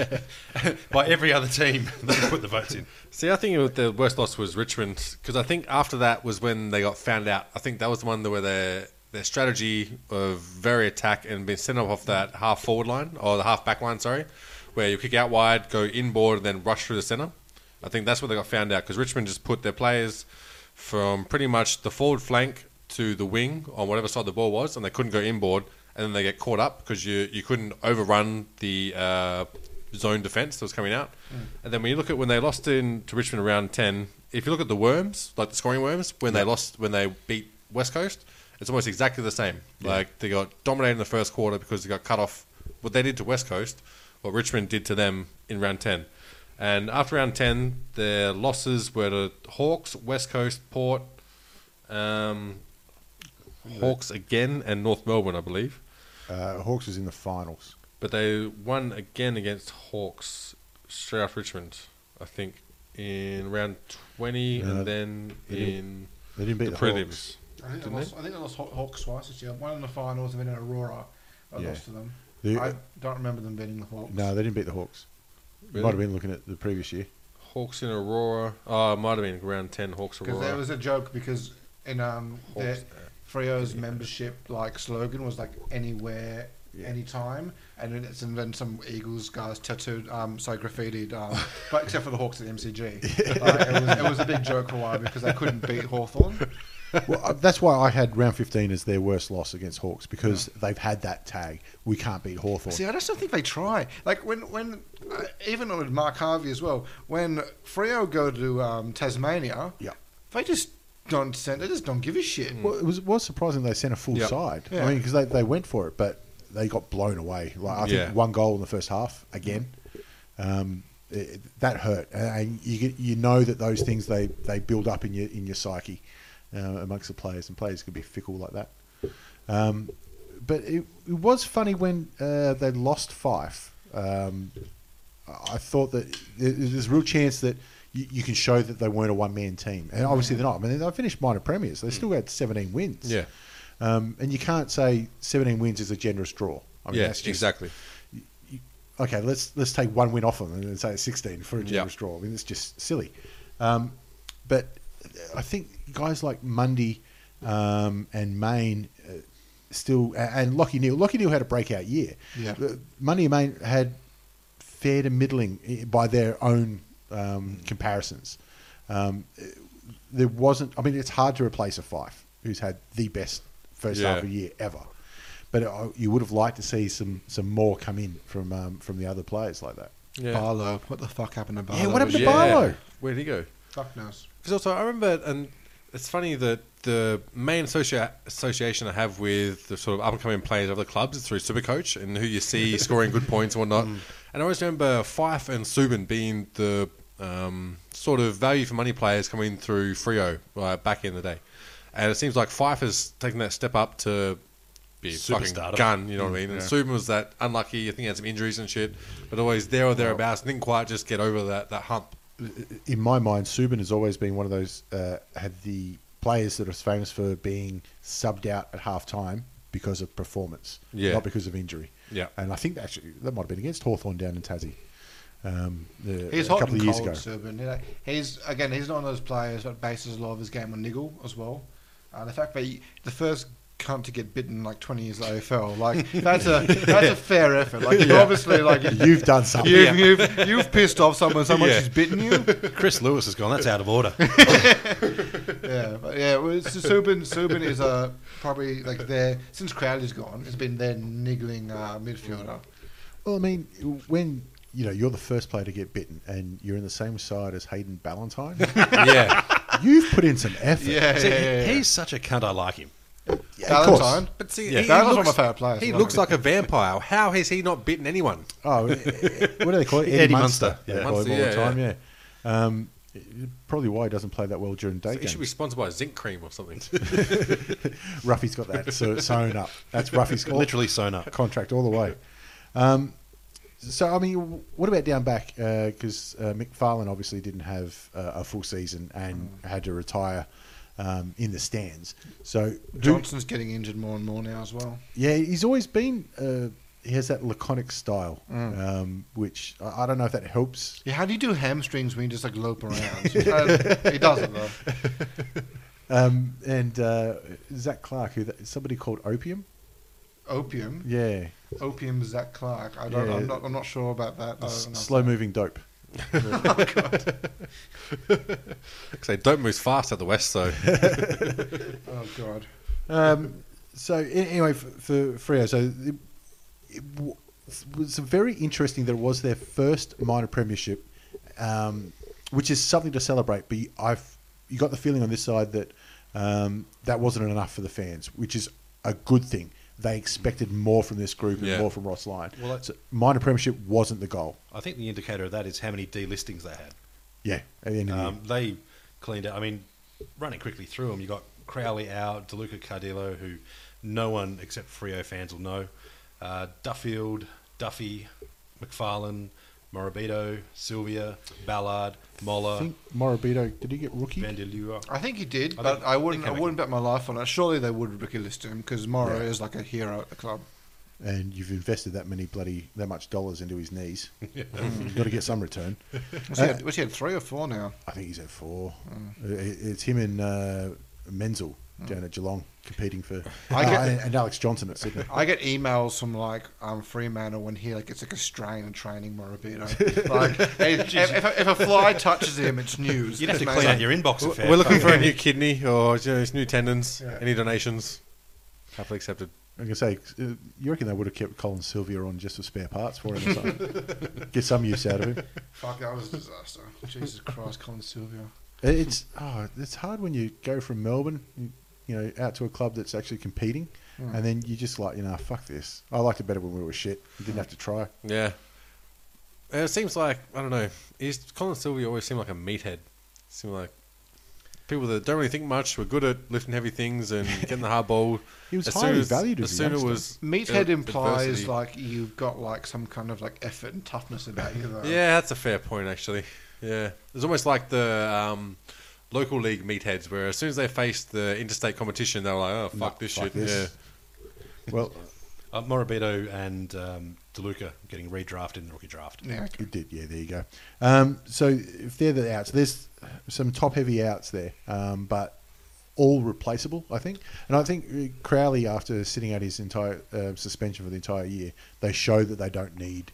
by every other team that put the votes in.
See, I think it was- the worst loss was Richmond because I think after that was when they got found out. I think that was the one that where their their strategy of very attack and being sent off off that half forward line or the half back line, sorry, where you kick out wide, go inboard, and then rush through the centre. I think that's where they got found out because Richmond just put their players from pretty much the forward flank to the wing on whatever side the ball was, and they couldn't go inboard, and then they get caught up because you you couldn't overrun the uh, zone defense that was coming out. And then when you look at when they lost in to Richmond around ten, if you look at the worms, like the scoring worms, when they lost when they beat West Coast, it's almost exactly the same. Like they got dominated in the first quarter because they got cut off. What they did to West Coast, what Richmond did to them in round ten. And after round 10, their losses were to Hawks, West Coast, Port, um, Hawks again, and North Melbourne, I believe.
Uh, Hawks was in the finals.
But they won again against Hawks straight off Richmond, I think, in round 20
Yeah,
and then
they didn't-
in
They didn't beat
the
the
prelims.
I think, I,
Didn't
lost, I think I lost Haw- Hawks twice this year. One in the finals and then in Aurora. I
Yeah.
lost to them.
The-
I don't remember them beating the Hawks.
No, they didn't beat the Hawks.
Really?
Might have been looking at the previous year.
Hawks in Aurora. Oh, it might have been round 10, Hawks
because there
Aurora.
was a joke because in um their,
Hawks,
uh,
Freo's membership like slogan was like anywhere. Anytime, and then, it's, and then some Eagles guys tattooed, um, so graffitied, um, but except for the Hawks at MCG. Like, it, was, it was a big joke for a while because they couldn't beat Hawthorn.
well, uh, that's why I had round 15 as their worst loss against Hawks because they've had that tag. We can't beat Hawthorn.
See, I just don't think they try. Like when when uh, even with Mark Harvey as well. When Freo go to um, Tasmania,
Yeah. Mm.
they just don't send. They just don't give a shit.
well, it was, was surprising they sent a full
Yeah.
side.
Yeah.
I mean, because they, they went for it, but they got blown away. Like I think
Yeah.
one goal in the first half again. Um, it, that hurt, and, and you get- you know that those things they, they build up in your in your psyche uh, amongst the players, and players can be fickle like that. Um, but it, it was funny when uh, they lost Fife. Um, I thought that there- there's a real chance that you, you can show that they weren't a one man team, and obviously they're not. I mean, they finished minor premiers; they still had 17 wins.
Hmm. Yeah.
um, and you can't say 17 wins is a generous draw. I mean,
yeah,
that's just-
exactly.
okay, let's let's take one win off them and then say it's 16 for a generous
Yeah.
draw. I mean, it's just silly. Um, but I think guys like Mundy um, and Maine uh, still, a- and Lockie Neal. Lockie Neal had a breakout year.
Yeah.
Uh, Mundy and Maine had fair to middling i- by their own um, comparisons. Um, uh, there wasn't, I mean, it's hard to replace a Fife who's had the best first
Yeah.
half of the year ever. But uh, you would have liked to see some some more come in from um, from the other players like that.
Yeah.
Barlow. What the fuck happened to Barlow?
what happened to
Yeah.
Barlow?
Where'd he go?
Fuck knows.
Because also, I remember, and it's funny that the main associa- association I have with the sort of up and coming players of the clubs is through Supercoach and who you see scoring good points and whatnot. And I always remember Fife and Subin being the um, sort of value for money players coming through Frio uh, back in the day. And it seems like Fife has taken that step up to be a fucking
Superstar.
gun, you know what I mean? And Subin was that unlucky, I think he had some injuries and shit, but always there or thereabouts, didn't quite just get over that, that hump.
in my mind, Subin has always been one of those uh, had the players that are famous for being subbed out at half time because of performance,
Yeah.
not because of injury.
Yeah.
and I think that actually that might have been against Hawthorn down in Tassie. Um, the,
He's
a
hot
couple
and
of years
cold,
ago.
Subban. You know, he's again, he's not one of those players that bases a lot of his game on niggle as well. Uh, the fact that he, the first cunt to get bitten like 20 years of AFL, like that's a that's a fair effort. Like you obviously like you,
You've done something.
you've, you've you've pissed off someone so much
Yeah.
he's bitten you.
Chris Lewis has gone. That's out of order.
Yeah, but yeah. Well, it's- Subban Subban is uh, probably like their since Crowley's gone, it's been their niggling uh, midfielder.
Well, I mean, when you know you're the first player to get bitten, and you're in the same side as Hayden Ballantyne,
Yeah.
you've put in some effort.
Yeah,
See,
yeah, yeah, yeah.
He's such a cunt. I like him.
Yeah, of course.
Valentine.
But see,
Yeah. That was one of my favourite players.
He
Like-
looks like a vampire. How has he not bitten anyone?
Oh, eh, eh, what do they call it? Eddie,
Eddie
Munster.
Munster.
They
Yeah.
call him
Munster,
all the
yeah,
time. Yeah. Um, probably why he doesn't play that well during day
He
games.
should be sponsored by zinc cream or something.
Ruffy's got that so sewn up. That's Ruffy's
Literally sewn up.
contract all the way. Um, so I mean, what about down back? Because uh, McFarlane obviously didn't have uh, a full season and
Mm.
had to retire um, in the stands. So do,
Johnson's getting injured more and more now as well.
yeah, he's always been. Uh, he has that laconic style,
Mm.
um, which I, I don't know if that helps.
Yeah, how do you do hamstrings when you just like lope around? Uh, he doesn't though.
Um, and uh, Zach Clark, who that, somebody called Opium,
Opium,
yeah,
opium Zach Clark. I don't.
Yeah.
I'm not. I'm not sure about that. though.
S- slow moving dope.
Say, don't move fast at the West, so
Oh god.
Um, so a- anyway, for, for Frio, so it, it w- was very interesting that it was their first minor premiership, um, which is something to celebrate. But you- I've you got the feeling on this side that um, that wasn't enough for the fans, which is a good thing. They expected more from this group and
Yeah.
more from Ross Lyon.
Well, that's-
so minor premiership wasn't the goal.
I think the indicator of that is how many delistings they had.
Yeah, at the end of the year.
Um, they cleaned out. I mean, running quickly through them, you got Crowley out, DeLuca Cardillo, who no one except Frio fans will know, uh, Duffield, Duffy, McFarlane, Morabito, Sylvia, Ballard,
I
Moller,
think Morabito did he get rookie?
Vandeleur.
I think he did,
I
but
don't
I wouldn't.
think I
I
would.
wouldn't bet my life on it. Surely they would Ricky list him because Morrow is like a hero at the club.
and you've invested that many bloody that much dollars into his knees. You've got to get some return. Uh,
What's he, had, what's he had three or four now?
I think he's at four. I- i- It's him and uh, Menzel down at Geelong competing for,
I
Ah,
get-
and, and Alex Johnson at Sydney.
I get emails from like um, Fremantle when he like it's like a strain and training Morabito. Like if, if, if, a, if a fly touches him, it's news.
You'd have to
It's
clean out
amazing.
your inbox. a fair
we're looking
fuck.
for a new kidney or you know, it's new tendons. Any donations? Happily accepted.
I'm gonna say, uh, you reckon they would have kept Colin Sylvia on just for spare parts for him? Or something? get some use out of him.
Fuck, that was a disaster. Jesus Christ, Colin Sylvia.
It- It's oh, it's hard when you go from Melbourne, you, you know, out to a club that's actually competing, and then you just like, you know, fuck this. I liked it better when we were shit. You didn't have to try.
Yeah. And it seems like I don't know. He's Colin Sylvia always seemed like a meathead. Seemed like people that don't really think much were good at lifting heavy things and getting the hard ball.
He was
As soon
highly
as-
valued as
As
a
soon as it
youngster.
was
Meathead
uh,
implies
adversity.
like you've got like some kind of like effort and toughness about you. Though.
Yeah, that's a fair point, actually. Yeah, it's almost like the um, local league meatheads, where as soon as they faced the interstate competition, they were like, "Oh, fuck this
fuck
shit."
this. Well,
Uh, Morabito and um, DeLuca getting redrafted in the rookie draft.
Yeah, okay.
It did, yeah. There you go. Um, so if they're the outs, there's some top-heavy outs there, um, but all replaceable, I think. And I think uh, Crowley, after sitting out his entire uh, suspension for the entire year, they show that they don't need.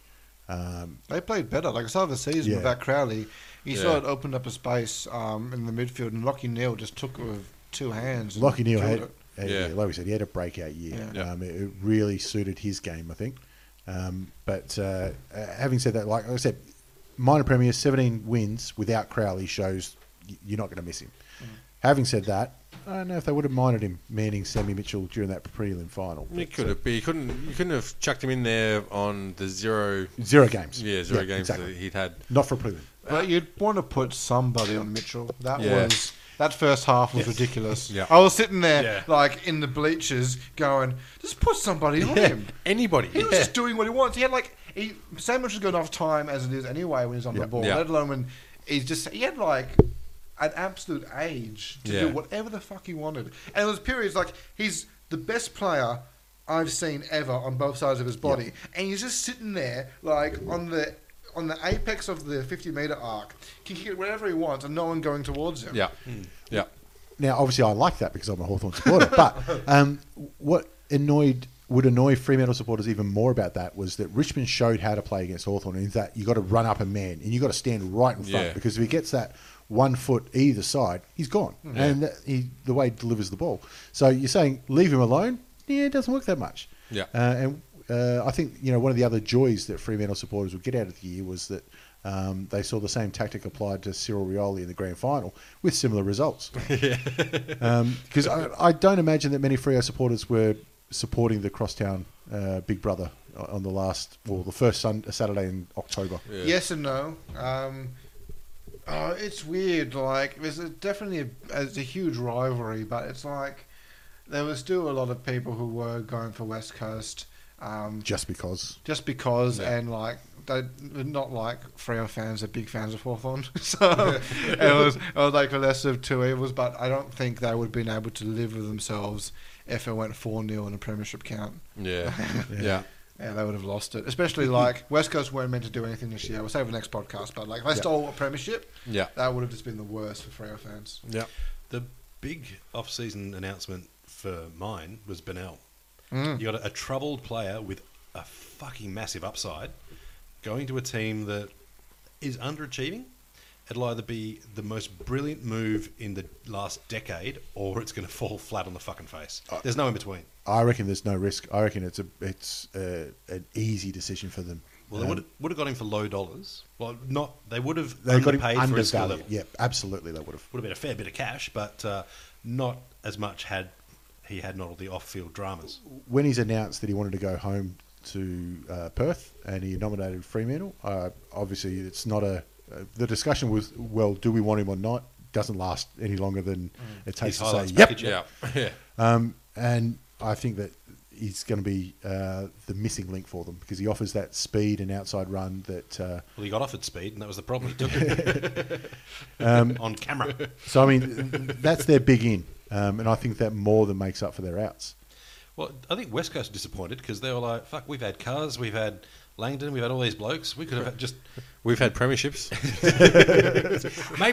Um,
They played better. Like I saw the season
Yeah.
without Crowley. You
Yeah.
saw it opened up a space um, in the midfield, and Lockie Neal just took it with two hands. and
Lockie Neal
killed
had
it.
Uh,
Yeah.
Like we said, he had a breakout year.
Yeah.
Um, it, it really suited his game, I think. Um, but uh, uh, having said that, like I said, minor premier, 17 wins without Crowley shows y- you're not going to miss him. Having said that, I don't know if they would have minded him manning Sammy Mitchell during that prelim final.
It
But,
could
uh,
have been. You couldn't. You couldn't have chucked him in there on the zero.
Zero games.
Yeah, zero games
Exactly.
that he'd had.
Not for a prelim.
But you'd want to put somebody on Mitchell. That
Yeah.
was that first half was ridiculous.
Yeah.
I was sitting there
Yeah.
like in the bleachers going, just put somebody on him.
Anybody.
He was just doing what he wants. He had like he Sam Mitchell's got enough time as it is anyway when he's on
Yeah.
the ball,
Yeah.
let alone when he's just he had like an absolute age to
Yeah.
do whatever the fuck he wanted. And there was periods like he's the best player I've seen ever on both sides of his body. And he's just sitting there like on the on the apex of the fifty meter arc, can kick it wherever he wants and no one going towards him.
yeah.
Hmm.
Yeah.
Now, obviously, I like that because I'm a Hawthorn supporter. but um, what annoyed would annoy Fremantle supporters even more about that was that Richmond showed how to play against Hawthorn in that you got to run up a man and you got to stand right in front
Yeah.
because if he gets that one foot either side, he's gone. And that, he, the way he delivers the ball. So you're saying leave him alone? Yeah, it doesn't work that much.
Yeah.
Uh, and uh, I think you know one of the other joys that Fremantle supporters would get out of the year was that um, they saw the same tactic applied to Cyril Rioli in the grand final with similar results. Because I, I don't imagine that many Frio supporters were supporting the crosstown uh, Big Brother on the last or the first sun, Saturday in October.
Yeah.
Yes and no. Um, oh, it's weird. Like there's a, definitely a, it's a huge rivalry, but it's like there was still a lot of people who were going for West Coast um,
Just because
just because,
Yeah.
and like they they're not like Freo fans are big fans of Hawthorn. so it was it was like a lesser of two evils. But I don't think they would have been able to live with themselves if it went four 0 in a premiership count.
Yeah. Yeah.
Yeah, they would have lost it. Especially
Mm-hmm.
like West Coast weren't meant to do anything this year. We'll save the next podcast, but like if they stole a premiership,
Yeah.
that would have just been the worst for Freo fans.
Yeah.
The big off-season announcement for mine was Benell.
Mm.
You got a, a troubled player with a fucking massive upside going to a team that is underachieving. It'll either be the most brilliant move in the last decade, or it's going to fall flat on the fucking face.
Uh,
There's no in between.
I reckon there's no risk. I reckon it's a it's uh an easy decision for them.
Well, they
Um,
would would have got him for low dollars. Well, not they would have
they got him
underpaid for his skill
undervalued.
level.
Yeah, absolutely, they would have.
would have been a fair bit of cash, but uh, not as much had he had not all the off-field dramas.
when he's announced that he wanted to go home to uh, Perth and he nominated Fremantle, uh, obviously it's not a. Uh, the discussion was, well, do we want him or not? Doesn't last any longer than it takes to
Mm. His
say,
highlights
yep.
package,
Yeah. Yeah.
Um, and I think that he's going to be uh, the missing link for them because he offers that speed and outside run that. Uh,
Well, he got offered speed, and that was the problem. He took it on camera.
so, I mean, that's their big in. Um, and I think that more than makes up for their outs.
Well, I think West Coast are disappointed because they were like, "Fuck, we've had cars, we've had Langdon, we've had all these blokes. We could have had just
We've had premierships.
maybe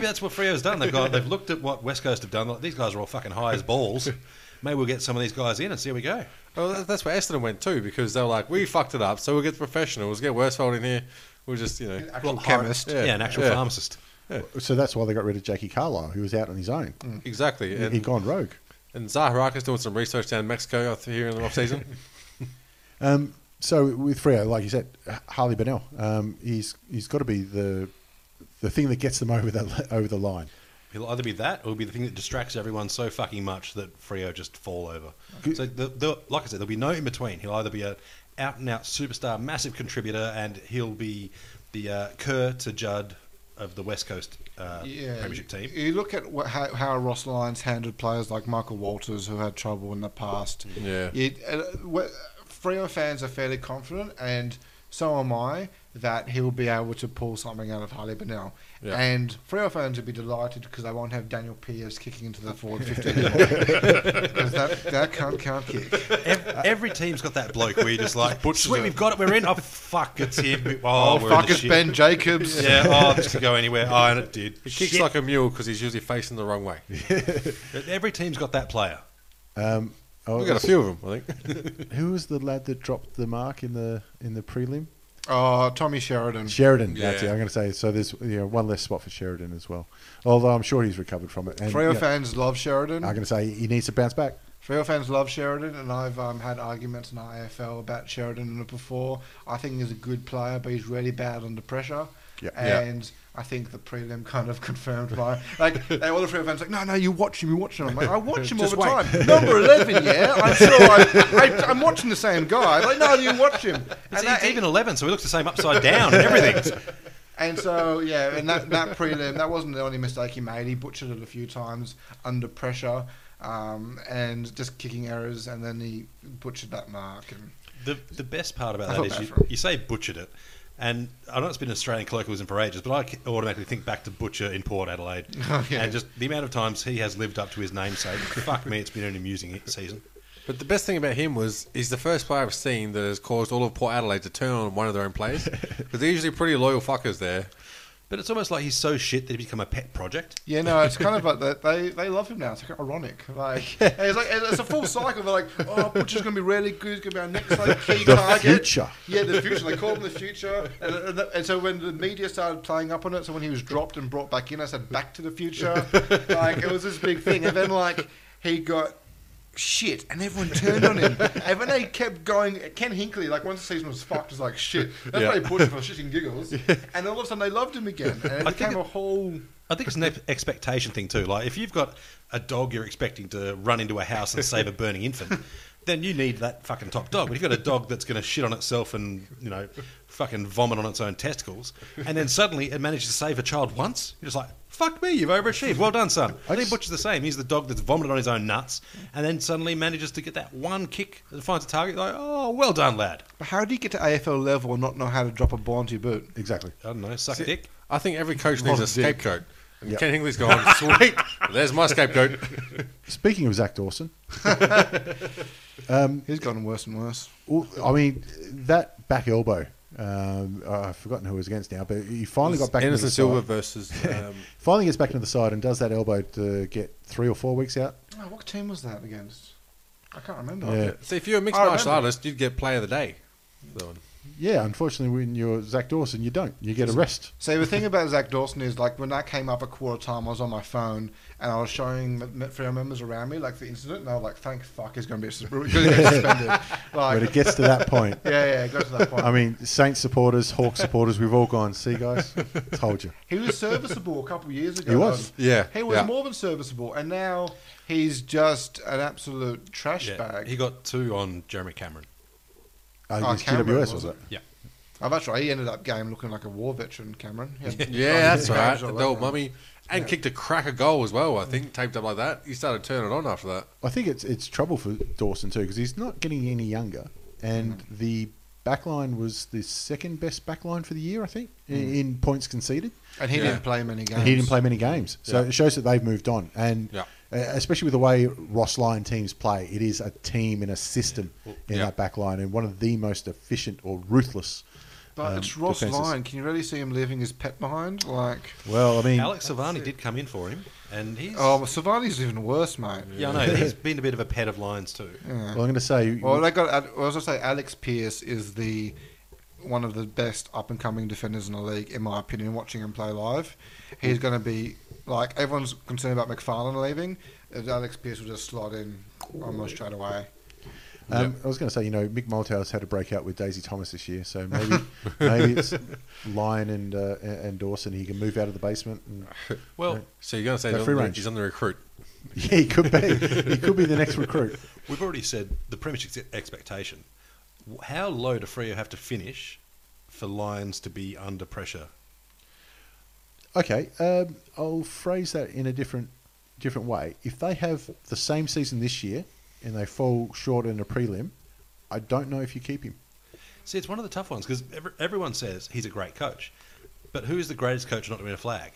that's what Freo's done. They've got they've looked at what West Coast have done. Like, these guys are all fucking high as balls. Maybe we'll get some of these guys in and see how we go."
Well, that- that's where Essendon went too, because they were like, "We fucked it up, so we'll get the professionals, get Worsfold in here. We'll just, you know,
Actual
Well, hi-
chemist.
yeah, an actual
yeah.
pharmacist.
So that's why they got rid of Jackie Carlisle, who was out on his own.
Mm. exactly."
He'd
And,
gone rogue.
and Zaharakis doing some research down in Mexico out here in the off season.
Um, so with Freo, like you said, H- Harley Bennell, um, he's he's got to be the the thing that gets them over the over the line.
It'll either be that, or it'll be the thing that distracts everyone so fucking much that Frio just fall over. So, the, the, like I said, there'll be no in between. He'll either be a out and out superstar, massive contributor, and he'll be the uh, Kerr to Judd of the West Coast uh, Premiership team.
You look at what, how, how Ross Lyons handled players like Michael Walters, who had trouble in the past.
Mm-hmm.
Yeah.
You, uh, wh- Freo fans are fairly confident, and so am I, that he'll be able to pull something out of Harley Bennell.
Yeah.
And Freo fans will be delighted because they won't have Daniel Pierce kicking into the forward 50 Because that, that can't, can't kick.
Every, every team's got that bloke where you're just like,
butchers
sweet,
it.
we've got it, we're in. Oh, fuck, it's him.
Oh,
Oh, we're in
fuck,
the
it's
shit.
Ben Jacobs.
Yeah, oh, this could go anywhere. Oh, and it did.
He kicks
Shit.
like a mule because he's usually facing the wrong way.
Every team's got that player.
Oh,
We've got a few of them, I think.
Who was the lad that dropped the mark in the in the prelim?
Oh, Tommy Sheridan.
Sheridan. That's it.
Yeah.
I'm going to say so. There's you know, one less spot for Sheridan as well. Although I'm sure he's recovered from it. And,
Freo
yeah,
fans love Sheridan.
I'm going to say he needs to bounce back.
Freo fans love Sheridan, and I've um, had arguments in IFL about Sheridan before. I think he's a good player, but he's really bad under pressure.
Yeah.
Yeah.
And I think the prelim kind of confirmed my like. They, all the Freo fans like, no, no, you watch him, you watch him. I'm like, I watch him all the
Just wait.
time. Number eleven, yeah, I'm sure. I, I, I'm watching the same guy. Like, no, you watch him.
It's,
And that- e
it's even 11, so he looks the same upside down and everything.
and so yeah, and that, that prelim that wasn't the only mistake he made. He butchered it a few times under pressure, um, and just kicking errors, and then he butchered that mark. And
The, the best part
I
about that
felt
is
bad
you,
for him.
you say butchered it, and I know it's been Australian colloquialism for ages, but I c- automatically think back to butcher in Port Adelaide,
yeah.
and just the amount of times he has lived up to his namesake. fuck me, it's been an amusing season.
But the best thing about him was he's the first player I've seen that has caused all of Port Adelaide to turn on one of their own players because they're usually pretty loyal fuckers there.
But it's almost like he's so shit that he become a pet project.
yeah, no, it's kind of like that. They they love him now. It's like ironic. Like it's like it's a full cycle. They're like, oh, butcher's gonna be really good. He's gonna be our next like key
The
target.
future.
Yeah, the future. They call him the future. And, and, and so when the media started playing up on it, so when he was dropped and brought back in, I said back to the future. like it was this big thing. And then like he got shit and everyone turned on him. And when they kept going Ken Hinkley, like once the season was fucked, was like shit. That's
Yeah.
why he pushed for shit and giggles. And all of a sudden they loved him again. And it
I think
became
it-
a whole
I think it's an e- expectation thing too. Like if you've got a dog you're expecting to run into a house and save a burning infant, then you need that fucking top dog. But if you've got a dog that's going to shit on itself and you know fucking vomit on its own testicles, and then suddenly it manages to save a child once, you're just like. Fuck me, you've overachieved. Well done, son. I think Butcher's the same. He's the dog that's vomited on his own nuts and then suddenly manages to get that one kick that finds a target. Like, oh, well done, lad.
But how do you get to AFL level and not know how to drop a ball into your boot?
Exactly.
I don't know, suck
See,
dick.
I think every coach needs a
Not dick.
scapegoat. And
Yeah.
Ken Hingley's gone, sweet, there's my scapegoat.
Speaking of Zach Dawson,
He's gotten worse and worse.
well, I mean that back elbow. Um, I've forgotten who it was against now, but he finally got back. into
Anderson
the
Silva
side.
versus. Um,
Finally gets back into the side and does that elbow to get three or four weeks out.
Oh, what team was that against? I can't remember.
Yeah.
see, if you're a mixed
I
martial
remember.
artist, you'd get player of the day. So,
Yeah, unfortunately, when you're Zach Dawson, you don't. You get a rest.
So the thing about Zach Dawson is like when that came up at quarter time, I was on my phone and I was showing m- m- family members around me like the incident, and I was like, "Thank fuck, he's going to be sus- gonna get
When
suspended."
it
Like, yeah,
gets to that point,
yeah, it goes to that point.
I mean, Saints supporters, Hawks supporters, we've all gone. See, guys, told you.
he was serviceable a couple of years ago.
He was.
though.
Yeah,
he was
yeah.
more than serviceable, and now he's just an absolute trash
Yeah,
bag.
he got two on Jeremy Cameron.
Uh,
Oh,
it's
Cameron,
GWS, was
was
it?
it?
Yeah.
Oh, that's right. He ended up game looking like a war veteran, Cameron. He had-
yeah, that's right.
Yeah.
The old mummy. And kicked a cracker goal as well, I think, taped up like that. He started turning on after that.
I think it's it's trouble for Dawson too because he's not getting any younger, and the back line was the second best back line for the year, I think, i- in, points conceded.
And he
Yeah.
didn't play many games.
And he didn't play many games, so
Yeah.
it shows that they've moved on. And
Yeah.
uh, especially with the way Ross Lyon teams play, it is a team and a system in
Yeah.
that back line, and one of the most efficient or ruthless.
But
um,
it's Ross
defenses.
Lyon. Can you really see him leaving his pet behind? Like,
Well, I mean,
Alex Savani did come in for him, and he's
oh, well, Savani's even worse, mate.
yeah, I know he's been a bit of a pet of lines too.
well, I'm going to say,
Well, they got. I was gonna say Alex Pierce is the one of the best up and coming defenders in the league, in my opinion. Watching him play live, he's going to be like everyone's concerned about McFarlane leaving. and Alex Pierce will just slot in almost straight away.
um, I was going to say, you know, Mick Malthouse had a breakout with Daisy Thomas this year, so maybe maybe it's Lyon and uh, and Dawson. He can move out of the basement. And,
Well,
So you're going to say
They're
he's on
free
the-
range.
he's on the recruit.
Yeah, he could be. he could be the next recruit.
we've already said the premise ex- expectation. W- How low do Freo have to finish for Lions to be under pressure?
Okay, um, I'll phrase that in a different different way. If they have the same season this year and they fall short in a prelim, I don't know if you keep him.
See, it's one of the tough ones because everyone says he's a great coach, but who is the greatest coach not to win a flag?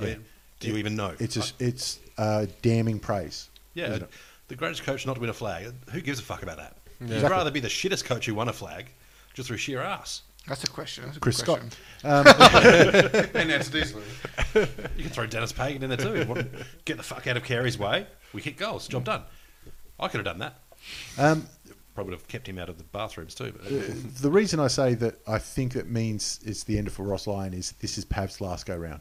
I
Yeah.
mean, do you even know?
It's just, it's uh, damning praise.
Yeah,
isn't it?
the greatest coach not to win a flag. Who gives a fuck about that? You'd
Exactly.
rather be the shittest coach who won a flag just through sheer ass.
That's a question. That's a
Chris
good
Scott.
question.
and that's decent. You can throw Dennis Pagan in there too. What- Get the fuck out of Carey's way. We hit goals. Job done. I could have done that.
Um,
Probably would have kept him out of the bathrooms too. But
the reason I say that I think that means it's the end for Ross Lyon is this is Pav's last go round.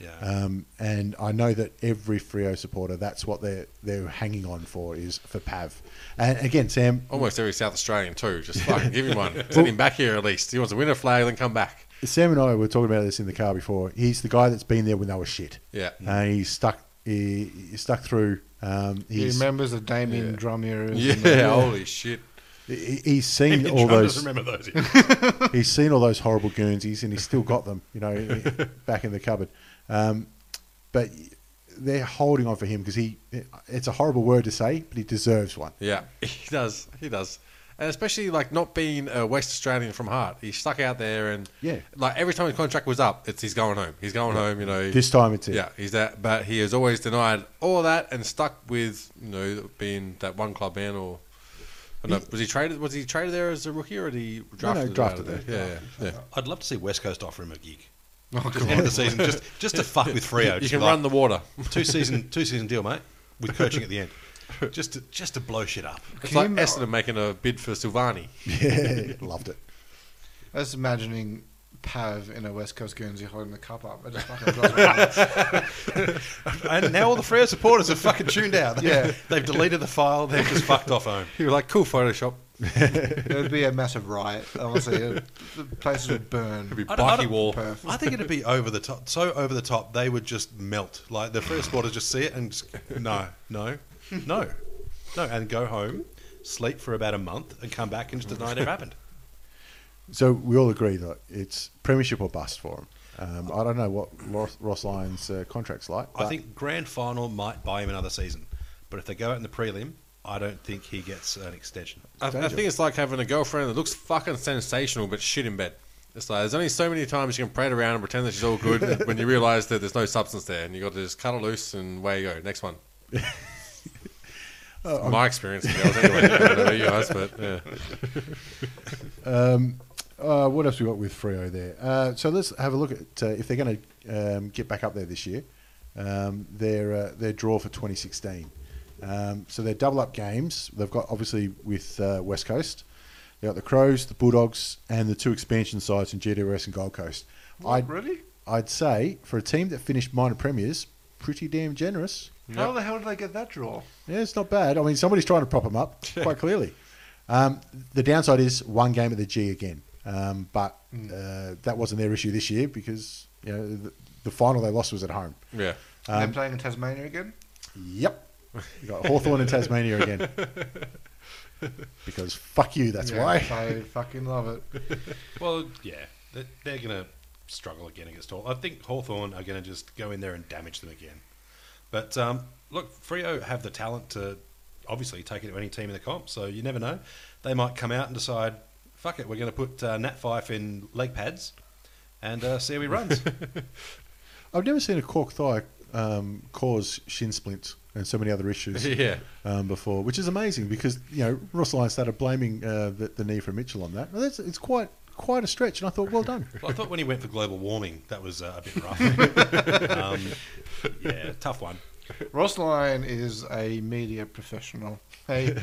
Yeah.
Um, and I know that every Frio supporter, that's what they're they're hanging on for is for Pav. And again, Sam,
Almost every South Australian too. Just fucking give him one. Send him back here at least. He wants to win a flag, then come back.
Sam and I were talking about this in the car before. He's the guy that's been there when they were shit.
Yeah.
and he's stuck. He, he's stuck through. Um,
He
he's,
remembers the Damien drum era. isn't
Yeah,
he?
holy shit.
he- he's seen all
Trumpers
those.
remember those.
he's seen all those horrible Guernseys and he's still got them, you know, back in the cupboard. Um, but they're holding on for him because he, it's a horrible word to say, but he deserves one.
Yeah, he does. He does. And especially like not being a West Australian from heart. He's stuck out there and
Yeah.
like every time his contract was up, it's he's going home. He's going home, you know.
This time it's it.
yeah, he's that but he has always denied all that and stuck with, you know, being that one club man or I don't know, was he traded was he traded there as a rookie or did he drafted,
no, drafted
out of there? Yeah, yeah. yeah.
I'd love to see West Coast offer him a gig. just end of the season, just just to fuck with Frio.
You
just
can
like,
run the water.
two season two season deal, mate, with coaching at the end, just to, just to blow shit up.
It's
Can
like
you-
Essendon making a bid for Silvani.
Yeah, loved it.
That's imagining Pav in a West Coast Guernsey holding the cup up. It just fucking blows my mind.
And now all the Freo supporters are fucking tuned out. They've,
Yeah.
they've deleted the file. They've just fucked off home.
He was like, Cool Photoshop.
It would be a massive riot. Honestly, It- the places would burn.
It'd be
I don't- I
Barky
don't-
Wall.
Perth.
I think it'd be over the top. So over the top, they would just melt. Like the Freo supporters just see it and just, no, no, no, no, and go home, sleep for about a month, and come back and just deny it ever happened.
So we all agree that it's premiership or bust for him. Um, I don't know what Ross, Ross Lyon's uh, contract's like.
I
but
think grand final might buy him another season, but if they go out in the prelim, I don't think he gets an extension.
I, I think it's like having a girlfriend that looks fucking sensational but shit in bed. It's like there's only so many times you can parade around and pretend that she's all good and when you realise that there's no substance there and you got to just cut her loose and away you go. Next one. My experience, with girls, anyway. I don't know you guys, but yeah.
Uh, what else we got with Frio there? Uh, so let's have a look at uh, if they're going to um, get back up there this year. Um, their uh, their draw for 2016. Um, so they're double up games. They've got obviously with uh, West Coast. They got the Crows, the Bulldogs, and the two expansion sides in GWS and Gold Coast. I'd,
really?
I'd say for a team that finished minor premiers, pretty damn generous.
How the hell did they get that draw?
Yeah, it's not bad. I mean, somebody's trying to prop them up quite clearly. Um, the downside is one game at the G again, um, but uh, that wasn't their issue this year because you know the, the final they lost was at home.
Yeah.
Um,
They're playing in Tasmania again.
Yep, you got Hawthorn and Tasmania again because fuck you. That's
Yeah,
why.
I fucking love it.
Well, yeah, they're, they're going to struggle again against Hawthorn. I think Hawthorn are going to just go in there and damage them again. But um, look, Frio have the talent to obviously take it to any team in the comp, so you never know. They might come out and decide, fuck it, we're going to put uh, Nat Fife in leg pads and uh, see how he runs.
I've never seen a cork thigh um, cause shin splints and so many other issues.
Yeah.
um, before, which is amazing because you know Ross Lyon started blaming uh, the, the knee from Mitchell on that. Well, that's, it's quite quite a stretch, and I thought, well done.
Well, I thought when he went for global warming, that was uh, a bit rough. um, yeah, tough one.
Ross Lyon is a media professional. He,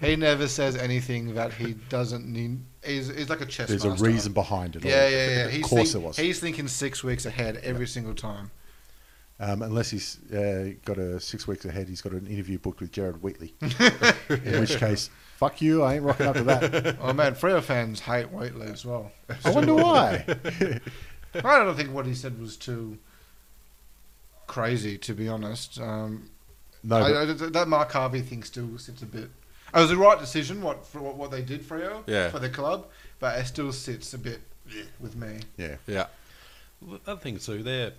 he never says anything that he doesn't need. He's, he's like a chess
There's
master.
a reason behind it. all.
Yeah, yeah, yeah. He's
of course
think-
there was.
He's thinking six weeks ahead every single time.
Um, unless he's uh, got a six weeks ahead, he's got an interview booked with Jared Wheatley. In which case, fuck you, I ain't rocking up to that.
Oh man, Freo fans hate Waitley as well.
I wonder why.
I don't think what he said was too crazy, to be honest. Um,
No,
I,
but
I, that Mark Harvey thing still sits a bit. It was the right decision what for what what they did for you
Yeah.
for the club, but it still sits a bit with me.
yeah,
Yeah.
Well, The other thing too, their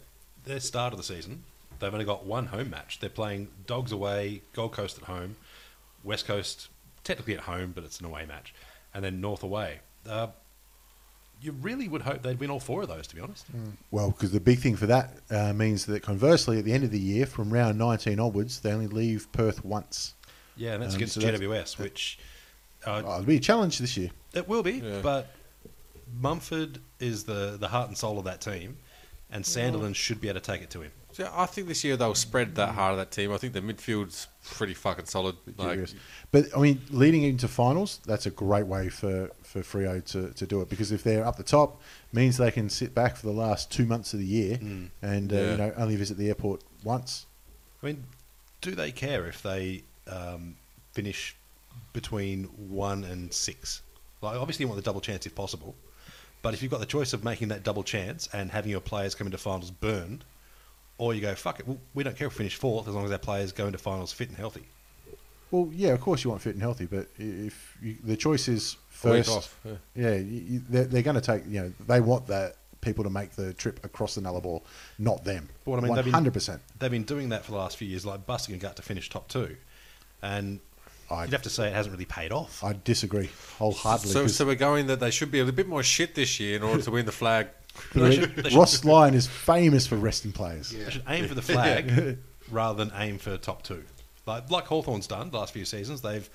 their start of the season, they've only got one home match. They're playing Dogs away, Gold Coast at home, West Coast technically at home, but it's an away match, and then North away. Uh, you really would hope they'd win all four of those, to be honest.
well, because the big thing for that uh, means that conversely, at the end of the year, from round 19 onwards, they only leave Perth once.
Yeah, and that's
Um,
against
so that's-
GWS, which uh,
Oh, it'll be a challenge this year.
It will be,
Yeah.
but Mumford is the, the heart and soul of that team, and Sanderland should be able to take it to him.
So I think this year they'll spread that heart of that team. I think the midfield's pretty fucking solid. Like,
Curious. but I mean, leading into finals, that's a great way for for Frio to, to do it because if they're up the top, means they can sit back for the last two months of the year
Mm.
and uh,
Yeah.
you know only visit the airport once.
I mean, do they care if they um, finish between one and six? Like, obviously, you want the double chance if possible, but if you've got the choice of making that double chance and having your players come into finals burned, or you go fuck it, we don't care if we finish fourth as long as our players go into finals fit and healthy.
Well, yeah, of course you want fit and healthy, but i- if you, the choice is
A week
first,
off, yeah.
yeah, you, you- they're, they're going to take. You know, they want that people to make the trip across the Nullarbor, not them.
But what I mean, they've
one
been-
hundred percent.
They've been doing that for the last few years, like busting a gut to finish top two, and
I-
you'd have to say it hasn't really paid off.
I disagree wholeheartedly.
so,
'cause
so we're going that they should be a little bit more shit this year in order to win the flag.
They should- they should-
Ross Lyon is famous for resting players.
They should aim for the flag rather than aim for top two. Like like Hawthorn's done the last few seasons, they've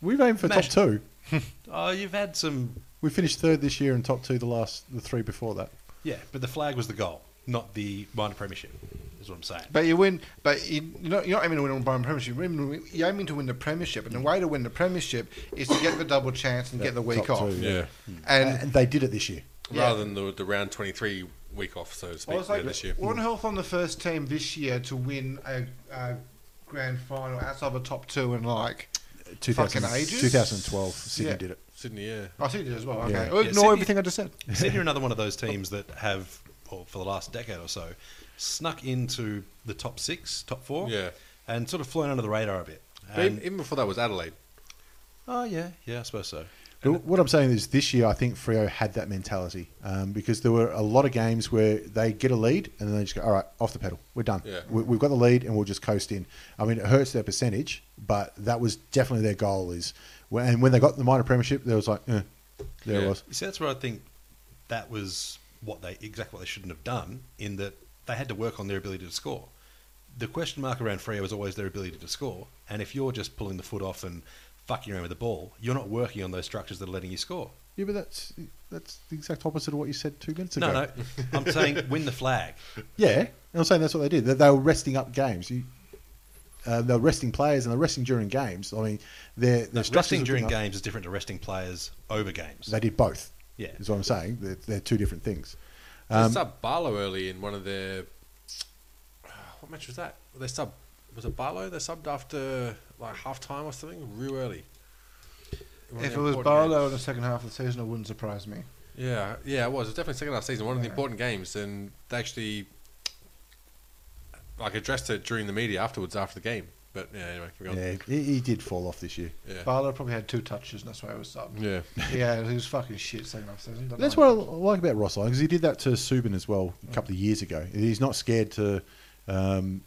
We've aimed for
Smashed.
top two.
oh you've had some
We finished third this year and top two the last the three before that.
yeah, but the flag was the goal, not the minor premiership. Is what I'm saying.
But you win, but you, you're, not, you're not aiming to win on premiership. You're aiming, to win- you're aiming to win the premiership, and the way to win the premiership is to get the double chance and get the week
top
off.
two,
Yeah.
And
And Uh, they did it this year.
Yeah.
Rather than the, the round 23 week off, so to speak,
I was like,
yeah, this year.
Warren Health on the first team this year to win a, a grand final outside the top two, and like
2000,
Fucking ages?
2012, Sydney
Yeah.
did it.
Sydney, yeah.
I think it is as well. Okay,
Yeah.
ignore
Yeah, Sydney-
everything I just said.
Sydney are another one of those teams that have, well, for the last decade or so, snuck into the top six, top four,
Yeah.
and sort of flown under the radar a bit.
But even-
And-
even before that was Adelaide.
oh yeah, yeah, I suppose so.
But what I'm saying is, this year I think Frio had that mentality um, because there were a lot of games where they get a lead and then they just go, "All right, off the pedal, we're done.
Yeah.
We, we've got the lead and we'll just coast in." I mean, it hurts their percentage, but that was definitely their goal. Is when, and when they got the minor premiership, there was like, eh, there it
Yeah.
was.
You see, that's where I think that was what they exactly what they shouldn't have done. In that they had to work on their ability to score. The question mark around Freo is always their ability to score. And if you're just pulling the foot off and fucking around with the ball, you're not working on those structures that are letting you score.
Yeah, but that's that's the exact opposite of what you said two minutes ago.
No, no, I'm saying win the flag.
Yeah, and I'm saying that's what they did. They, they were resting up games. You, uh, they were resting players and they're resting during games. I mean, their, their structures
Resting
were
during
good enough.
games is different to resting players over games.
uh, They did both.
Yeah.
is what I'm saying. They're, they're two different things.
they subbed Barlow early in one of their. What match was that? They subbed. Was it Barlow? They subbed after like half time or something, real early. In one of
If
the
it was
important
Barlow in the
games.
second half of the season, it wouldn't surprise me.
Yeah, yeah, it was. It was definitely second half season, one of the important games, and they actually like addressed it during the media afterwards after the game. But yeah, anyway, we on.
Yeah, he, he did fall off this year.
Yeah.
Barlow probably had two touches, and that's why he was subbed.
yeah.
yeah, he was fucking shit second half season. Don't
That's
like
what I
him.
like about Ross because he did that to Subin as well a couple of years ago. He's not scared to um,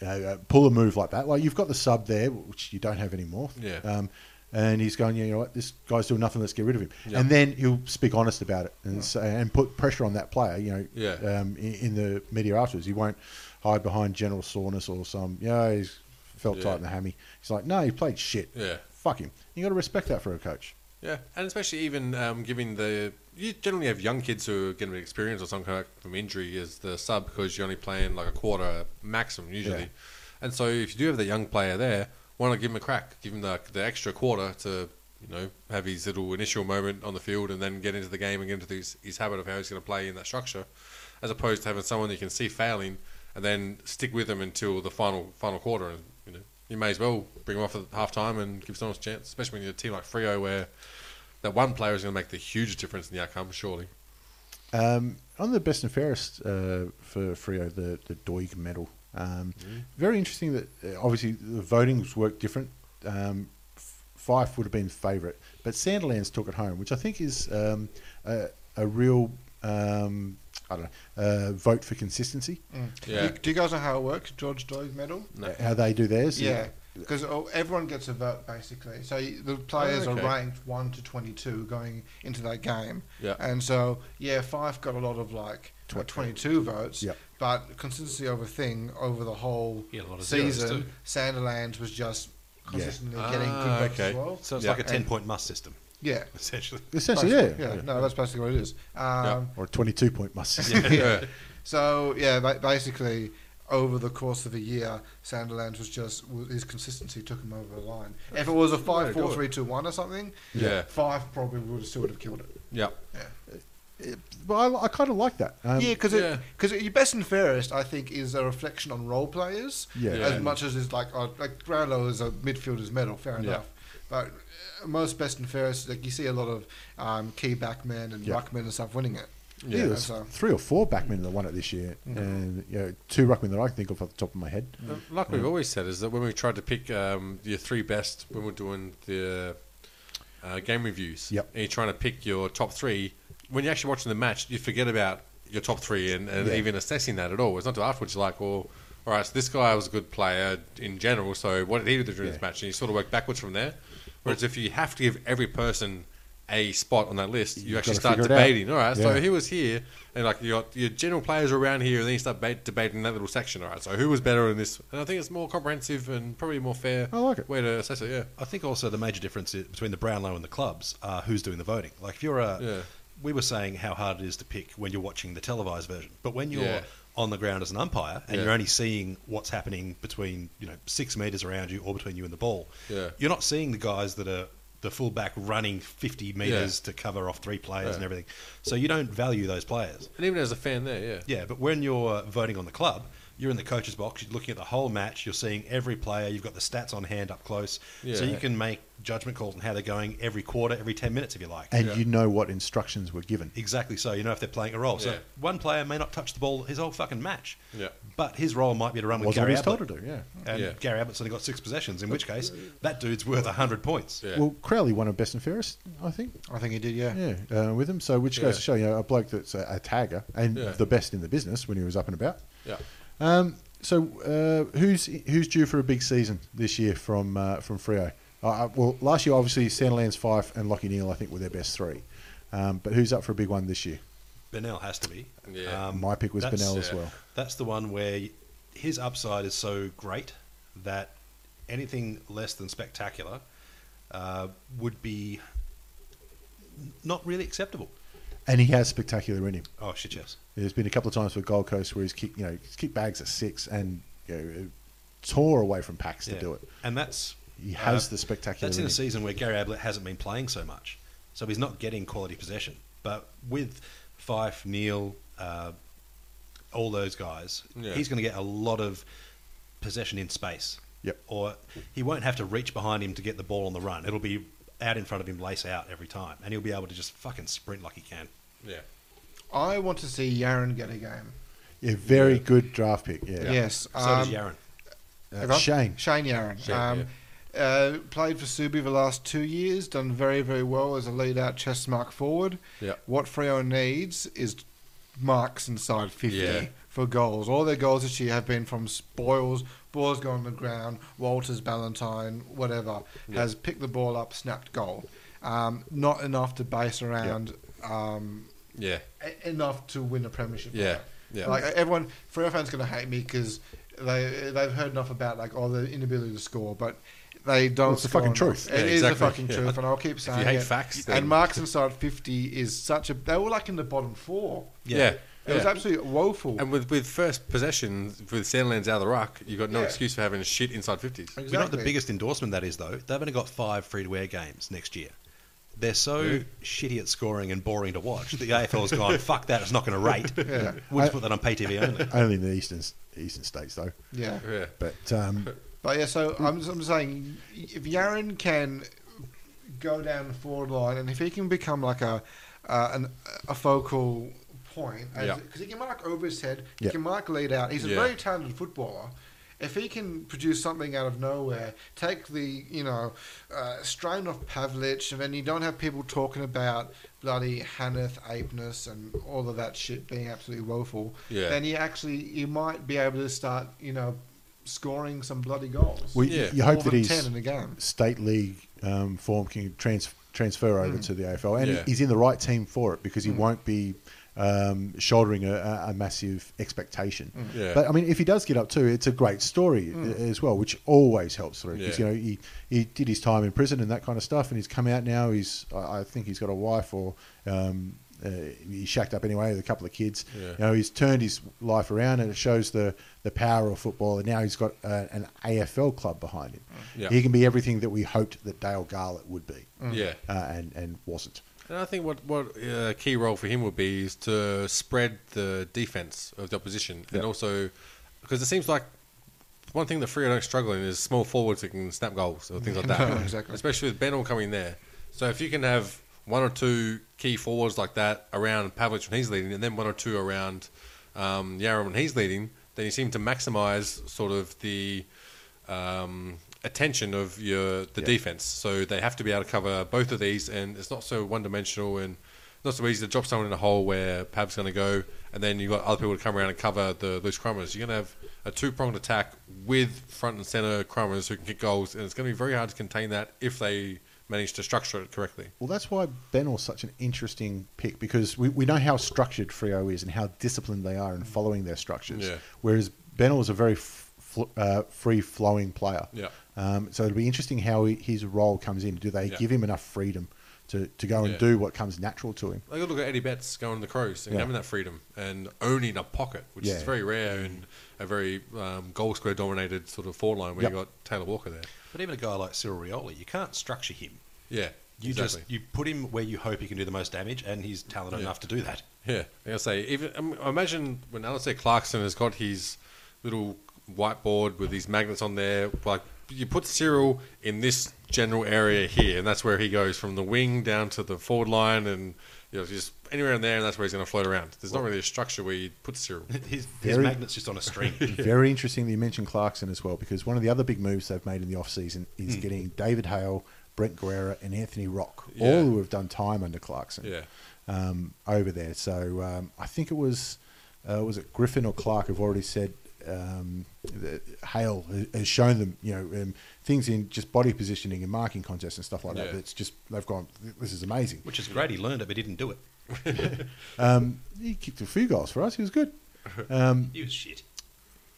uh, uh, pull a move like that. Like you've got the sub there, which you don't have anymore.
Yeah.
Um, and he's going, yeah, you know what, this guy's doing nothing. Let's get rid of him.
Yeah.
And then he'll speak honest about it and say, and put pressure on that player. You know,
Yeah.
um, in, in the media afterwards, he won't hide behind general soreness or some. Yeah, he's felt
Yeah.
tight in the hammy. He's like, no, he played shit.
Yeah.
Fuck him. You got to respect that for a coach.
Yeah, and especially even um, giving the you generally have young kids who are getting experience or some kind of from injury as the sub because you're only playing like a quarter maximum usually,
Yeah.
and so if you do have that young player there, why not give him a crack, give him the, the extra quarter to you know have his little initial moment on the field and then get into the game and get into his, his habit of how he's going to play in that structure, as opposed to having someone you can see failing and then stick with them until the final final quarter and you know. You may as well bring him off at half time and give someone else a chance, especially when you're a team like Frio where that one player is going to make the huge difference in the outcome, surely.
Um, on the best and fairest uh, for Frio, the the Doig medal. Um,
Mm.
Very interesting that uh, obviously the votings worked different. Um, F- Fife would have been favourite, but Sandilands took it home, which I think is um, a, a real um, I don't know uh, vote for consistency.
Mm.
Yeah.
Hmm. Do, do you guys know how it works? George Doig medal.
uh, How they do theirs,
Yeah, because oh, everyone gets a vote basically. So y- the players
okay.
are ranked one to twenty-two going into that game.
Yeah.
and so yeah, Fife got a lot of like uh, twenty-two votes.
Yep.
but consistency over thing over the whole
He had a lot of zeros
season.
too.
Sanderlands was just consistently getting
Ah,
good votes
okay.
as well.
So it's
Yeah.
like a ten point must system,
yeah,
essentially.
essentially, yeah.
Basically, No, that's basically what it is. Um,
or a twenty-two point must.
yeah. So yeah, ba- basically, over the course of a year, Sanderlands was just his consistency took him over the line. If it was a five, four, three, two, one, or something,
Yeah.
five probably would have still would have killed it.
Yeah.
It- but I, I kind of like that. Um,
yeah, because
yeah.
because your best and fairest, I think, is a reflection on role players.
Yeah.
Yeah.
As much as it's like uh, like Growlow is a midfielder's medal, fair
Yeah.
enough. But uh, most best and fairest, like you see a lot of um, key backmen and
Yeah.
ruckmen and stuff winning it.
Yeah, there's
so-
three or four backmen that won it this year,
Mm.
and you know, two ruckmen that I can think of off the top of my head.
Like
Mm.
we've always said, is that when we tried to pick um, your three best when we're doing the uh, game reviews,
Yep.
and you're trying to pick your top three, when you're actually watching the match, you forget about your top three and, and
Yeah.
even assessing that at all. It's not until afterwards you're like, well, all right, so this guy was a good player in general, so what did he do during this
Yeah.
match? And you sort of work backwards from there. Whereas if you have to give every person a spot on that list, you
You've
actually
gotta
start
figure it out.
debating. All right, so
Yeah.
he was here, and like your your general players are around here, and then you start ba- debating that little section. All right, so who was better in this? And I think it's more comprehensive and probably more fair.
I like it.
Way to assess it, yeah.
I think also the major difference i- between the Brownlow and the clubs are who's doing the voting. Like if you're a,
Yeah.
we were saying how hard it is to pick when you're watching the televised version, but when you're
Yeah.
on the ground as an umpire and
Yeah.
you're only seeing what's happening between you know six meters around you or between you and the ball,
Yeah.
you're not seeing the guys that are the fullback running 50 meters to cover off three players and everything. So you don't value those players.
And even as a fan, there, yeah.
Yeah, but when you're uh, voting on the club, you're in the coach's box, you're looking at the whole match, you're seeing every player, you've got the stats on hand up close. So
Yeah.
you can make judgment calls on how they're going every quarter, every 10 minutes if you like.
And you know what instructions were given.
Exactly so. You know if they're playing a role. So
Yeah.
one player may not touch the ball his whole fucking match.
Yeah.
But his role might be to run with
Wasn't what
Gary
he was told
Ablett.
to do, yeah.
And
Yeah.
Gary Abbott's only got six possessions, in which case that dude's worth 100 points.
Yeah.
Well, Crowley won a best and fairest, I think.
I think he did, yeah.
Yeah, uh, with him. So, which goes
Yeah.
to show you know, a bloke that's a, a tagger and
Yeah.
the best in the business when he was up and about.
Yeah.
Um, so, uh, who's who's due for a big season this year from uh, from Frio? Uh, Uh, well, last year obviously Sandilands five and Lockie Neal I think were their best three, um, but who's up for a big one this year?
Benell has to be. Um,
Yeah.
My pick was
that's- uh,
Benell as
yeah.
well.
That's the one where his upside is so great that anything less than spectacular uh, would be n- not really acceptable.
And he has spectacular in him.
Oh shit, yes.
There's been a couple of times for Gold Coast where he's kicked, you know, he's kicked bags at six and you know, tore away from packs
Yeah.
to do it.
and that's uh,
He has the spectacular
That's in
in
a
him.
season where Gary Ablett hasn't been playing so much, so he's not getting quality possession. But with Fife, Neil, uh, all those guys,
Yeah.
he's going to get a lot of possession in space.
Yep.
Or he won't have to reach behind him to get the ball on the run. It'll be out in front of him, lace out every time, and he'll be able to just fucking sprint like he can.
Yeah.
I want to see Yaron get a game.
Yeah, very good draft pick. Yeah.
Yes.
So does Yaron.
Uh,
Everyone?
Shane.
Shane Yaron.
Shane,
um, uh, played for Subi the last two years, done very, very well as a lead out chess mark forward.
Yeah.
What Freo needs is marks inside 50
Yeah.
for goals. All their goals this year have been from spoils, balls gone on the ground, Walters, Ballantyne, whatever, has picked the ball up, snapped goal. Um, not enough to base around. Um,
Yeah.
e- enough to win a premiership.
Yeah,
Like,
yeah.
Like everyone, Freo fans going to hate me because they they've heard enough about like all the inability to score, but they don't.
it's the
score
fucking
enough.
truth.
It
Yeah,
is the
exactly.
fucking
Yeah.
truth, and I'll keep
you
saying
hate
it.
facts, then-
and marks inside fifty is such a. They were like in the bottom four.
Yeah. Yeah.
It was absolutely woeful.
And with, with first possession, with Sandlands out of the ruck, you've got no
Yeah.
excuse for having shit inside 50s.
Exactly.
You know what the biggest endorsement that is, though? They've only got five free to wear games next year. They're so shitty at scoring and boring to watch. The AFL's gone, fuck that, it's not going to rate. We'll just put that on pay TV only.
Only in the eastern eastern states though.
Yeah.
Yeah.
But um,
But yeah, so I'm, I'm saying if Yaron can go down the forward line and if he can become like a uh, an, a focal point, because
Yeah.
he can mark over his head, he
Yeah.
can mark lead out. He's a
Yeah.
very talented footballer. If he can produce something out of nowhere, take the you know uh, strain off Pavlich, and then you don't have people talking about bloody Hanneth, Apeness, and all of that shit being absolutely woeful.
Yeah.
Then you actually you might be able to start you know scoring some bloody goals.
we,
Yeah.
you hope
More
that
than
his
ten in a game.
state league um, form can trans- transfer over to the AFL, and
Mm. Yeah. Mm.
he's in the right team for it because he won't be um, shouldering a- a, a massive expectation.
Mm. Yeah. Mm.
But I mean, if he does get up too, it's a great story a- as well, which always helps through because
Yeah.
you know he he did his time in prison and that kind of stuff, and he's come out now. He's I, I think he's got a wife or. Um, uh, he shacked up anyway with a couple of kids.
Yeah.
You know, he's turned his life around, and it shows the the power of football. And now he's got uh an AFL club behind him.
Yeah. Mm.
He can be everything that we hoped that Dale Garlett would be,
Yeah.
uh, and and wasn't.
And I think what what uh, key role for him would be is to spread the defense of the opposition, and also because it seems like one thing that Frio don't struggle in is small forwards that can snap goals or things like that.
No, exactly.
Especially with Benall coming there, so if you can have one or two key forwards like that around Pavlich when he's leading, and then one or two around um, Yarra when he's leading, then you seem to maximise sort of the um, attention of your the defense. So they have to be able to cover both of these, and it's not so one dimensional and not so easy to drop someone in a hole where Pav's going to go, and then you've got other people to come around and cover the loose crummers. You're going to have a two pronged attack with front and center crummers who can kick goals, and it's going to be very hard to contain that if they manage to structure it correctly.
Well, that's why Benell's such an interesting pick because we, we know how structured Frio is and how disciplined they are in following their structures.
Yeah.
Whereas Benell is a very f- fl- uh, free flowing player.
Yeah.
Um, so it'll be interesting how he, his role comes in. Do they
Yeah.
give him enough freedom to, to go and
Yeah.
do what comes natural to him?
Like look at Eddie Betts going to the Crows and
Yeah.
having that freedom and owning a pocket, which
Yeah.
is very rare in a very um, goal square dominated sort of four line where you
Yep.
got Taylor Walker there.
But even a guy like Cyril Rioli, you can't structure him.
Yeah,
You
exactly.
just you put him where you hope he can do the most damage, and he's talented
Yeah.
enough to do that.
Yeah, like I say, even um, I imagine when Alistair Clarkson has got his little whiteboard with these magnets on there, like you put Cyril in this general area here, and that's where he goes from the wing down to the forward line, and you know just anywhere in there, and that's where he's going to float around. There's not really a structure where you put Cyril.
His, his
Very-
magnet's just on a string.
Very interesting that you mentioned Clarkson as well because one of the other big moves they've made in the offseason
Hmm.
is getting David Hale, Brent Guerra, and Anthony Rock,
Yeah.
all who have done time under Clarkson.
Yeah.
um, over there. So um, I think it was uh, was it Griffin or Clark have already said um, that Hale ha- has shown them you know um, things in just body positioning and marking contests and stuff like
Yeah.
that. That's just they've gone. This is amazing.
Which is great. He learned it, but he didn't do it.
Um, he kicked a few goals for us. He was good. Um,
He was shit.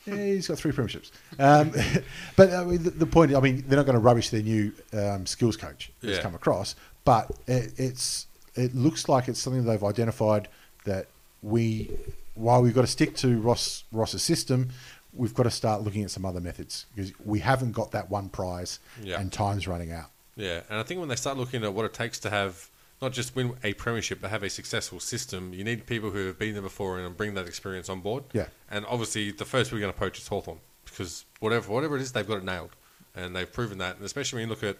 yeah, he's got three premierships. Um, but I mean, the, the point, I mean, they're not going to rubbish their new um, skills coach that's
Yeah.
come across, but it, it's it looks like it's something they've identified that we, while we've got to stick to Ross Ross's system, we've got to start looking at some other methods because we haven't got that one prize
Yeah.
and time's running out.
Yeah, and I think when they start looking at what it takes to have not just win a premiership but have a successful system, you need people who have been there before and bring that experience on board.
Yeah.
and obviously the first we're going to approach is Hawthorn because whatever whatever it is, they've got it nailed, and they've proven that. And especially when you look at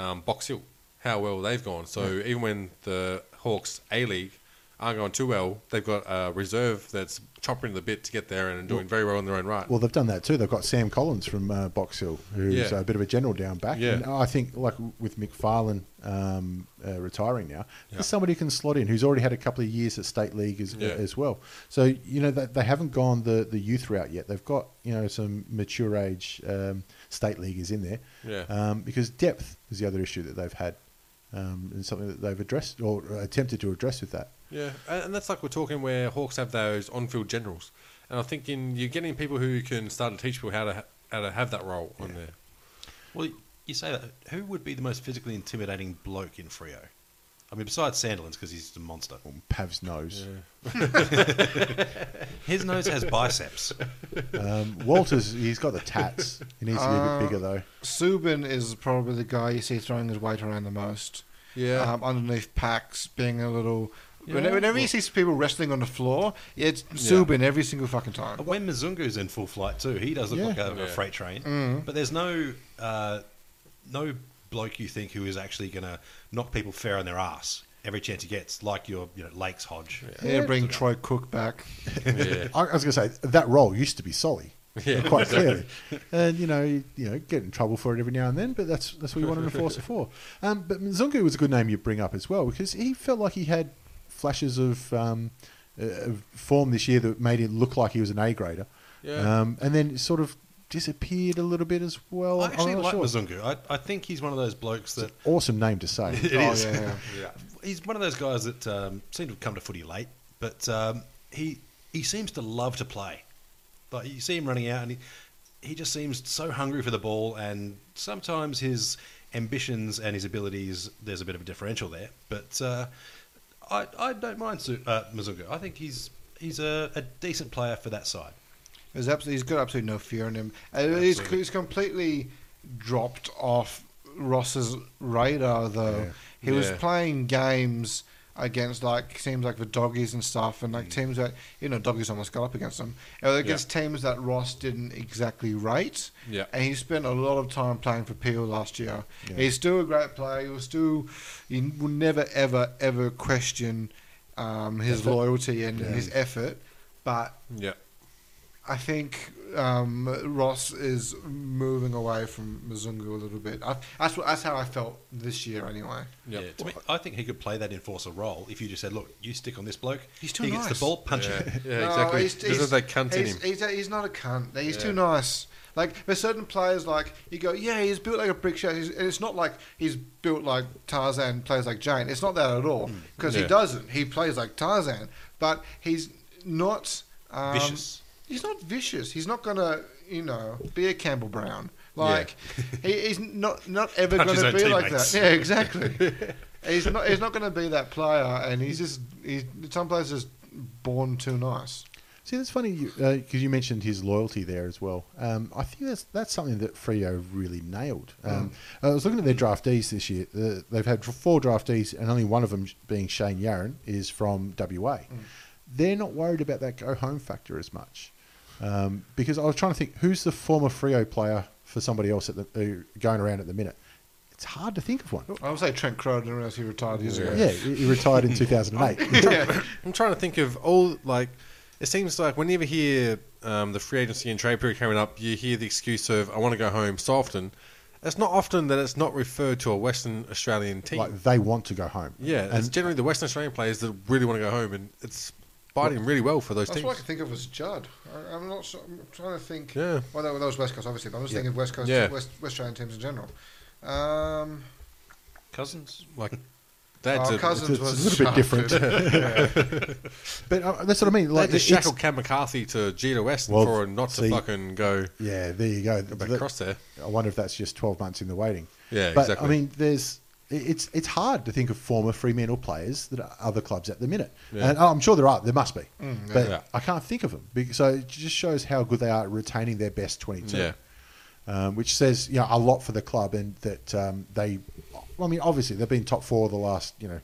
um, Box Hill, how well they've gone. So even when the Hawks A League aren't going too well, they've got a reserve that's chopping the bit to get there and doing very well in their own right.
Well, they've done that too. They've got Sam Collins from uh, Box Hill, who's
Yeah.
a bit of a general down back.
Yeah.
And I think, like with McFarlane um, uh, retiring now,
Yeah.
there's somebody who can slot in who's already had a couple of years at state league as,
Yeah.
as well. So you know they, they haven't gone the, the youth route yet. They've got you know some mature age um, state leaguers in there.
Yeah.
Um, because depth is the other issue that they've had, um, and something that they've addressed or uh, attempted to address with that.
Yeah, and and that's like we're talking where Hawks have those on-field generals, and I'm thinking you're getting people who can start to teach people how to ha- how to have that role on there.
Well, you say that. Who would be the most physically intimidating bloke in Frio? I mean, besides Sandilands, because he's a monster.
Pav's nose.
His nose has biceps.
Um, Walters, he's got the tats. He needs to be a bit bigger though.
Subin is probably the guy you see throwing his weight around the most.
Yeah.
Um, underneath packs, being a little.
Yeah.
Whenever, whenever you see people wrestling on the floor, it's Subin every single fucking time.
When Mizungu's in full flight too, he does look
Yeah. Mm.
like a,
Yeah.
a freight train. But there's no uh, no bloke you think who is actually going to knock people fair on their ass every chance he gets, like your you know Lakes Hodge.
Yeah, bring Troy Cook back.
Yeah,
I I was going to say that role used to be Solly,
Yeah,
quite clearly, and you know, you, you know, get in trouble for it every now and then, but that's that's what you want an enforcer for. Um, but Mzungu was a good name you bring up as well because he felt like he had flashes of um, uh, of form this year that made it look like he was an A grader,
Yeah.
um, and then sort of disappeared a little bit as well.
I actually
I'm not
like
sure.
Mizungu. I, I think he's one of those blokes that
Awesome name to say.
It
Oh,
is.
yeah, yeah.
He's one of those guys that um, seem to have come to footy late, but um, he he seems to love to play. Like you see him running out, and he, he just seems so hungry for the ball. And sometimes his ambitions and his abilities, there's a bit of a differential there. But uh, I, I don't mind Su- uh, Mazunga. I think he's he's a, a decent player for that side.
There's absolutely, he's got absolutely no fear in him. Uh, he's,
Absolutely.
he's completely dropped off Ross's radar, though. He was
Yeah.
playing games against like teams like the doggies and stuff, and
Mm.
like teams that you know doggies almost got up against them uh, against teams that Ross didn't exactly rate.
Yeah.
and he spent a lot of time playing for Peel last year. He's still a great player. He was still you will never ever ever question um, his loyalty and his effort, but
Yeah.
I think um, Ross is moving away from Mzungu a little bit. I, that's what, that's how I felt this year, anyway.
Yep.
Yeah, to me, I think he could play that enforcer role if you just said, "Look, you stick on this bloke.
He's too
he gets
nice."
the ball, punch
Yeah,
it."
yeah
No,
exactly.
he's-
This is
he's-
that cunt in
he's-
him.
He's, he's not a cunt. He's
Yeah.
too nice. Like there's certain players, like you go, yeah, he's built like a brick shit. He's, and it's not like he's built like Tarzan plays like Jane. It's not that at all because
Hmm. Yeah.
he doesn't. He plays like Tarzan, but he's not um,
Vicious.
He's not vicious. He's not gonna, you know, be a Campbell Brown. Like he, he's not not ever
Punch
going
his
to be
own
like that.
teammates.
Yeah, exactly. he's not. He's not going to be that player, and he's just. He's some players just born too nice.
See, that's funny because you, uh 'cause you mentioned his loyalty there as well. Um, I think that's that's something that Frio really nailed.
Mm.
Um, I was looking at their draftees this year. The, they've had four draftees, and only one of them, being Shane Yaron, is from WA.
Mm.
They're not worried about that go home factor as much um, because I was trying to think who's the former Frio player for somebody else at the, who going around at the minute. It's hard to think of one.
I would say Trent Crowder, didn't realize he retired years ago.
Yeah, he he retired in 2008.
I'm trying to think of all like. It seems like whenever you hear um, the free agency and trade period coming up, you hear the excuse of "I want to go home." So often, it's not often that it's not referred to a Western Australian team.
like they want to go home.
yeah, it's
and
generally the Western Australian players that really want to go home, and it's biting really well for those
That's
teams.
what I can think of as Judd. I, I'm not. Sure, I'm trying to think.
Yeah.
Well, that, that was West Coast, obviously. But I'm just thinking of West Coast,
Yeah.
West, West Australian teams in general. Um,
Cousins.
Like that's
our
a,
cousins
it's- it's
was
a little bit
shafted. yeah.
but uh, that's what I mean. Like
like
the
to shackle Cam McCarthy to Gita West
Well,
for not to
see-
fucking go
Yeah, there you go.
back
The-
across there.
I wonder if that's just twelve months in the waiting.
Yeah,
but,
exactly.
I mean, there's it- it's it's hard to think of former Fremantle players that are other clubs at the minute,
Yeah. Mm,
and oh, I'm sure there are. There must be, but
Yeah.
I can't think of them. Be- So it just shows how good they are at retaining their best twenty-two.
Yeah.
Um, which says you know a lot for the club, and that um, they, well, I mean, obviously they've been top four the last you know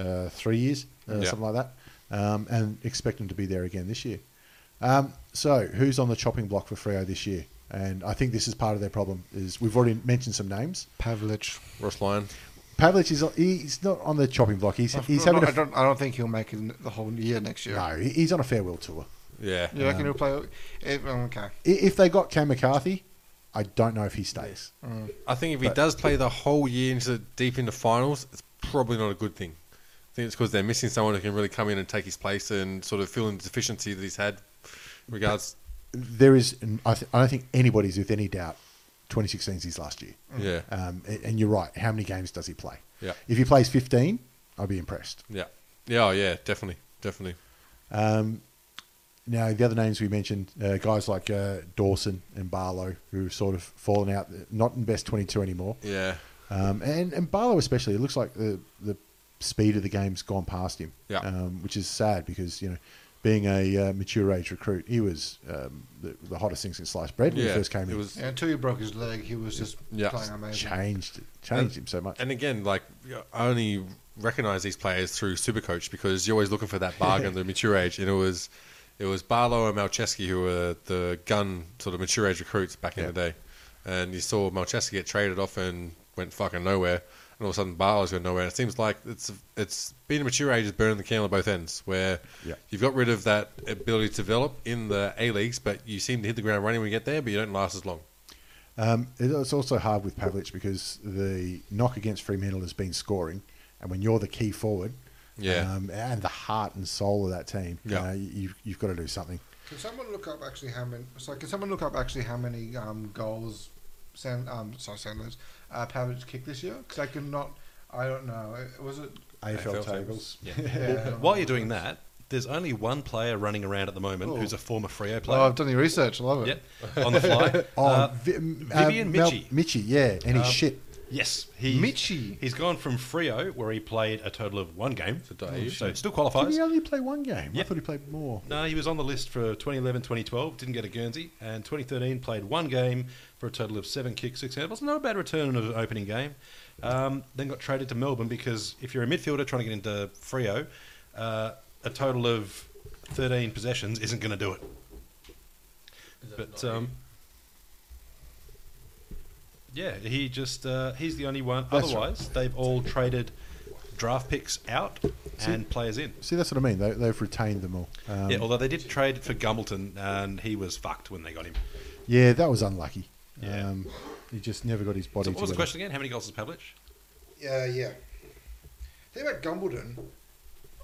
uh, three years, uh,
Yeah.
something like that, um, and expect them to be there again this year. Um, so, who's on the chopping block for Frio this year? And I think this is part of their problem. Is we've already mentioned some names.
Pavlich.
Ross Lyon.
Pavlich is he's not on the chopping block. He's he's
I'm
having
not- I
a
don't. I don't think he'll make it n- the whole year next year.
no. he- He's on a farewell tour.
Yeah.
You reckon he'll play? It, oh, okay.
I- If they got Cam McCarthy, I don't know if he stays.
I think if he does play the whole year into deep into finals, it's probably not a good thing. I think it's because they're missing someone who can really come in and take his place and sort of fill in the deficiency that he's had. Regards,
There is, I, th- I don't think anybody's with any doubt. 2016 is his last year.
Mm. yeah,
Um, a- and you're right. How many games does he play?
Yeah.
If he plays 15, I'd be impressed.
yeah, yeah, oh, yeah, definitely, definitely.
Now, the other names we mentioned, uh, guys like uh, Dawson and Barlow, who've sort of fallen out, uh, not in best 22 anymore.
Yeah,
Um, and, and Barlow, especially, it looks like the, the speed of the game's gone past him,
Yeah.
um, which is sad because, you know, being a uh, mature age recruit, he was um, the, the hottest thing since sliced bread when
yeah.
he first came
it
in.
was,
Yeah, until he broke his leg, he was just
Yeah.
playing amazing.
changed changed him so much.
and again, like I only recognize these players through Supercoach because you're always looking for that bargain, the mature age, and it was, it was Barlow and Malcheski who were the gun sort of mature age recruits back in the day, and you saw Malcheski get traded off and went fucking nowhere, and all of a sudden Barlow's gone nowhere. It seems like it's it's being a mature age is burning the candle at both ends, where
Yeah.
you've got rid of that ability to develop in the A leagues, but you seem to hit the ground running when you get there, but you don't last as long.
Um, it- it's also hard with Pavlich because the knock against Fremantle has been scoring, and when you're the key forward,
Yeah.
um, and the heart and soul of that team,
Yeah.
you know, you, you've got to do something.
Can someone look up actually how many? Sorry, can someone look up actually how many um, goals? San, um, sorry, Sandler's uh, Pavage kicked this year because I could not. I don't know. It- Was it?
AFL,
AFL
tables.
Yeah.
Yeah.
Well, while you're doing that, there's only one player running around at the moment who's a former Freo player.
Oh, I've done your research. I love it.
Yep, on the fly.
Oh,
Uh,
Vi- um,
Vivian Uh,
Mel-
Michie.
Michie, yeah, and his shit.
Yes, he
Michi.
He's gone from Frio, where he played a total of one game,
Daegu.
so it still
Did
qualifies.
he only play one game?
Yeah.
I thought he played more.
No, he was on the list for 2011, 2012, didn't get a Guernsey, and 2013 played one game for a total of seven kicks, six handballs. Not a bad return in an opening game. Um, then got traded to Melbourne because if you're a midfielder trying to get into Frio, uh, a total of 13 possessions isn't going to do it. But um, yeah, he just uh, he's the only one.
That's
Otherwise, they've all traded draft picks out and players in.
See, that's what I mean. They, they've retained them all. Um,
Yeah, although they did trade for Gumbleton, and he was fucked when they got him.
yeah, that was unlucky.
Yeah.
Um, he just never got his body
So what was the
together.
question again? How many goals does Pavlich?
Yeah, yeah. Think about Gumbledon.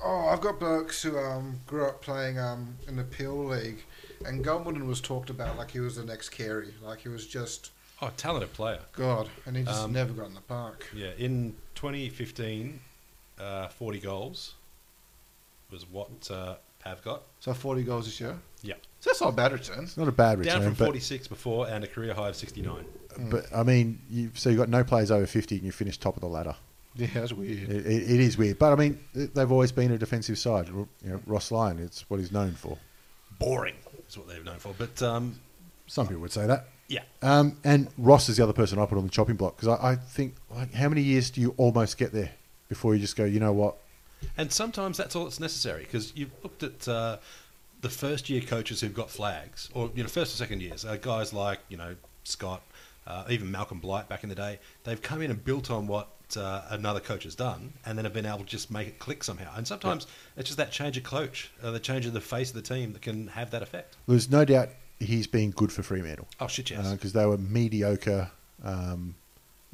Oh, I've got blokes who um, grew up playing um, in the Peel League, and Gumbledon was talked about like he was the next Carey, like he was just
Oh, talented player.
God, and he just
Um,
never got in the park.
Yeah, in 2015, uh, 40 goals was what uh, Pav got.
So forty goals this year.
Yeah.
So that's not a bad return.
It's not a bad return,
Down from
but,
46 before and a career high of 69.
but I mean, you, so you've got no players over 50 and you finish top of the ladder.
Yeah, that's weird.
It, it, it is weird, but I mean, th- they've always been a defensive side. You know, Ross Lyon, it's what he's known for.
Boring is what they're known for. But um,
Some people would say that.
yeah,
Um, and Ross is the other person I put on the chopping block because I, I think, like, how many years do you almost get there before you just go, you know what?
And sometimes that's all that's necessary because you've looked at uh, the first year coaches who've got flags, or you know, first or second years, uh, guys like you know Scott, uh, even Malcolm Blight back in the day. They've come in and built on what uh, another coach has done, and then have been able to just make it click somehow. And sometimes it's just that change of coach, uh, the change of the face of the team that can have that effect.
There's no doubt he's been good for Fremantle.
Oh shit, yes.
because Uh, they were mediocre. Um,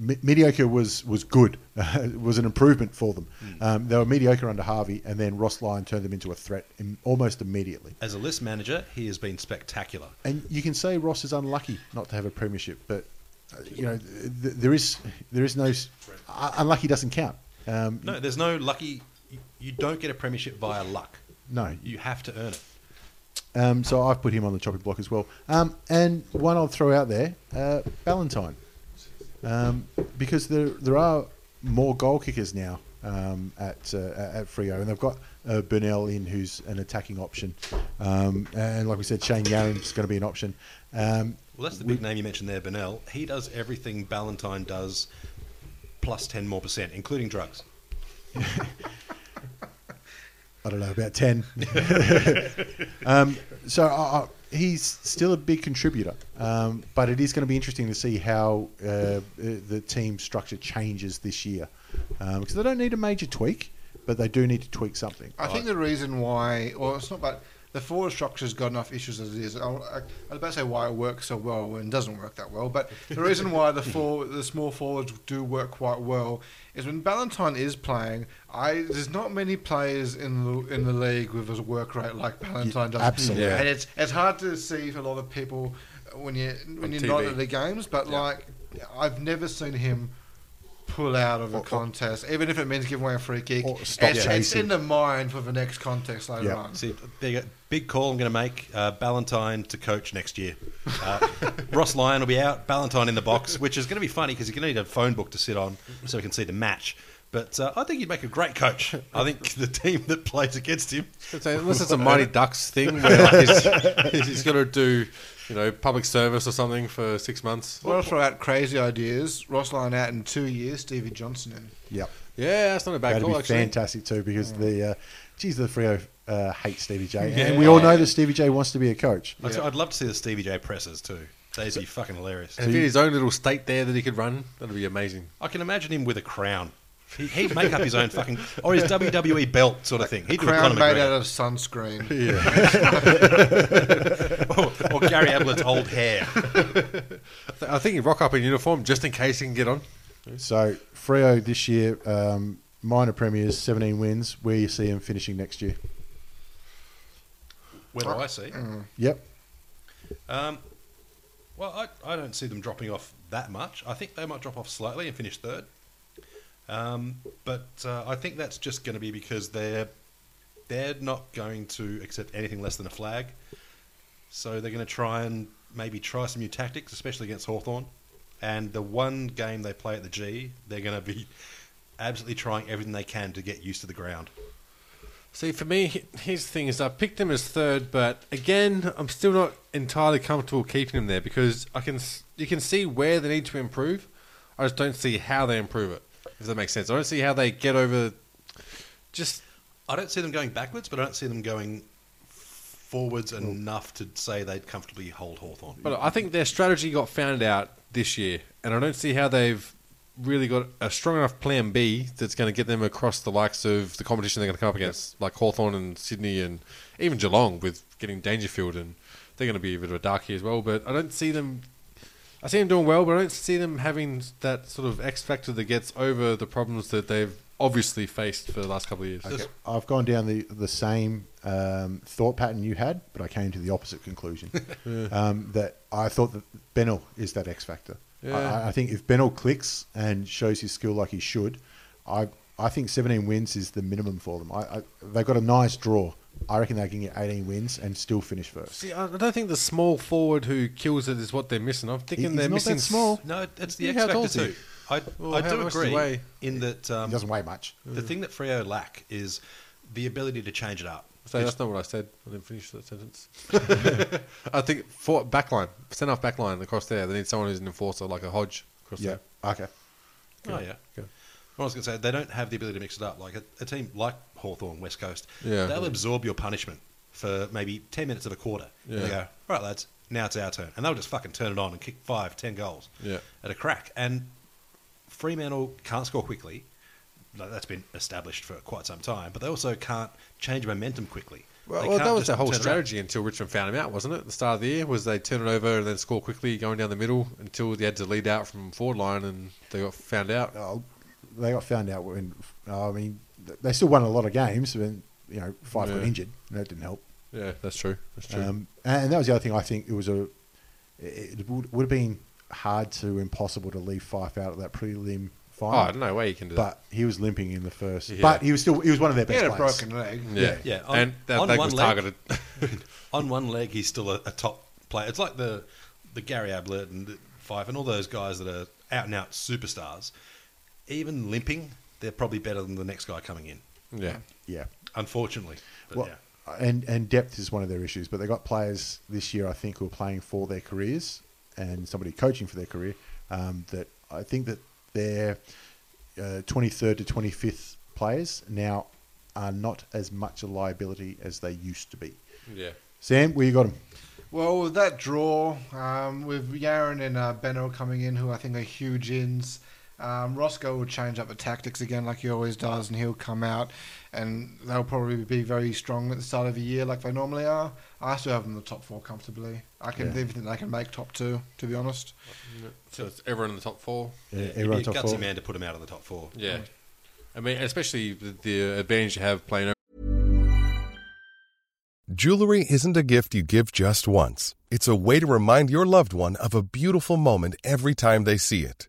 me- mediocre was was good. it was an improvement for them. Um, they were mediocre under Harvey, and then Ross Lyon turned them into a threat im- almost immediately.
As a list manager, he has been spectacular.
And you can say Ross is unlucky not to have a premiership, but uh, you know th- th- there is there is no s- uh, unlucky doesn't count. Um,
No, there's no lucky. you- You don't get a premiership via luck.
No.
you have to earn it.
Um, so I've put him on the chopping block as well. Um, and one I'll throw out there, uh, Ballantyne, um, because there there are more goal kickers now um, at uh, at Frio, and they've got uh, Burnell in, who's an attacking option, um, and like we said, Shane Yaren's going to be an option. Um,
Well, that's the big name you mentioned there, Bernal. He does everything Ballantyne does, plus 10 more percent, including drugs.
I don't know about ten. um, so I, I, he's still a big contributor, um, but it is going to be interesting to see how uh, uh, the team structure changes this year Um 'cause because they don't need a major tweak, but they do need to tweak something.
Uh,
I think the reason why, or it's not about the forward structure's got enough issues as it is. I'll- I, I was about to say why it works so well and doesn't work that well, but the reason why the four, the small forwards do work quite well is when Ballantyne is playing. I there's not many players in the in the league with a work rate like Ballantyne does.
absolutely.
Yeah.
and it's it's hard to see for a lot of people when you when
On
you're
TV.
not at the games, but like I've never seen him. Pull out of a contest, even if it means giving away a free kick.
Or stop
it's, it's
chasing.
in the mind for the next contest later
Yeah.
on.
See, there you go. big call I'm going to make uh, Ballantyne to coach next year. Uh, Ross Lyon will be out, Ballantyne in the box, which is going to be funny because you're going to need a phone book to sit on so we can see the match. But uh, I think you'd make a great coach. I think the team that plays against him.
So unless it's a Mighty Ducks thing where like he's, he's got to do, you know, public service or something for six months.
Well, I'll throw out crazy ideas. Ross Lyon out in two years, Stevie Johnson in.
Yep,
Yeah, that's not a bad
that'd
call,
be
actually.
fantastic too, because the uh, geez, the Frio uh, hate Stevie J, and we all know that Stevie J wants to be a coach.
I'd- I'd love to see the Stevie J presses too. They'd be fucking hilarious.
And if he had his own little state there that he could run, that'd be amazing.
I can imagine him with a crown. He- He'd make up his own fucking or his WWE belt sort of thing. He'd do a
Crown
Conor
made
McGregor.
out of sunscreen.
or, or Gary Ablett's old hair.
I think he'd rock up in uniform just in case he can get on.
So Frio this year, um, minor premiers, seventeen wins. Where you see him finishing next year?
Whether I see.
Yep.
Um, well, I, I don't see them dropping off that much. I think they might drop off slightly and finish third. Um, but uh, I think that's just going to be because they're they're not going to accept anything less than a flag. So they're going to try and maybe try some new tactics, especially against Hawthorn. And the one game they play at the G, they're going to be absolutely trying everything they can to get used to the ground.
See, for me, he- here's the thing: is I picked him as third, but again, I'm still not entirely comfortable keeping him there because I can s- you can see where they need to improve. I just don't see how they improve it. If that makes sense, I don't see how they get over. Just
I don't see them going backwards, but I don't see them going forwards enough to say they'd comfortably hold Hawthorn.
But I think their strategy got found out this year, and I don't see how they've really got a strong enough plan B that's going to get them across the likes of the competition they're going to come up against, like Hawthorn and Sydney and even Geelong with getting Dangerfield, and they're going to be a bit of a darkie as well. But I don't see them. I see them doing well, but I don't see them having that sort of X factor that gets over the problems that they've obviously faced for the last couple of years.
Okay.
I've gone down the, the same um, thought pattern you had, but I came to the opposite conclusion. um, that I thought that Benel is that X factor. I-
Yeah.
I, I think if Benel clicks and shows his skill like he should, I I think 17 wins is the minimum for them. I, I they got a nice draw. I reckon they can get 18 wins and still finish first.
See, I I don't think the small forward who kills it is what they're missing. I'm thinking
He's
they're
not that
missing s-
small.
No, it's the
Yeah,
X
how
factor
tall's he?
too. I,
Well,
I
how
do
much does he
agree
weigh?
in that
He
um,
doesn't weigh much.
the thing that Freo lack is the ability to change it up.
So that's not what I said. I didn't finish that sentence. I think for backline, send off backline across there. They need someone who's an enforcer, like a Hodge. Across
Yeah. Okay.
Oh yeah. I was going to say they don't have the ability to mix it up. Like a, a team like Hawthorn, West Coast,
Yeah.
they'll absorb your punishment for maybe ten minutes of a quarter. And they
Yeah.
go, all right, lads, now it's our turn, and they'll just fucking turn it on and kick five, ten goals
Yeah.
at a crack. And Fremantle can't score quickly. Like, that's been established for quite some time, but they also can't change momentum quickly.
Well,
They
well,
can't
that was
just
their whole
turn it around.
strategy until Richmond found him out, wasn't it? At the start of the year was they turn it over and then score quickly, going down the middle until they had to lead out from forward line and they got found out.
Oh, they got found out when I mean th- they still won a lot of games, but you know five got
Yeah.
injured. And that didn't help.
Yeah, that's true. That's true.
Um, and that was the other thing. I think it was a. It would, would have been hard to impossible to leave Fife out of that prelim
oh,
final.
I don't know where you can do that.
But he was limping in the first.
Yeah.
But he was still he was one of their
He
best
had a
players.
broken leg.
Yeah,
Yeah, on-
and that
on
leg
one
was
leg.
targeted.
on one leg, he's still a, a top player. It's like the the Gary Ablett and the Fife and all those guys that are out and out superstars. Even limping, they're probably better than the next guy coming in.
yeah,
Yeah.
Unfortunately, but
Well,
yeah.
and and depth is one of their issues. But they got players this year, I think, who are playing for their careers and somebody coaching for their career. Um, that I think that their twenty third to twenty fifth players now are not as much a liability as they used to be.
yeah.
Sam, where you got him?
Well, with that draw, um, with Yaron and uh, Benno coming in, who I think are huge ins, um, Roscoe will change up the tactics again, like he always does, and he'll come out and they'll probably be very strong at the start of the year, like they normally are. I still have them in the top four comfortably. I can
Yeah.
even think they can make top two, to be honest.
So it's everyone in the top four.
Yeah,
it'd be
Uh, everyone
a
top
gutsy
four.
man to put him out of the top four.
Yeah, I mean, especially the, the advantage you have playing
Jewelry isn't a gift you give just once. It's a way to remind your loved one of a beautiful moment every time they see it.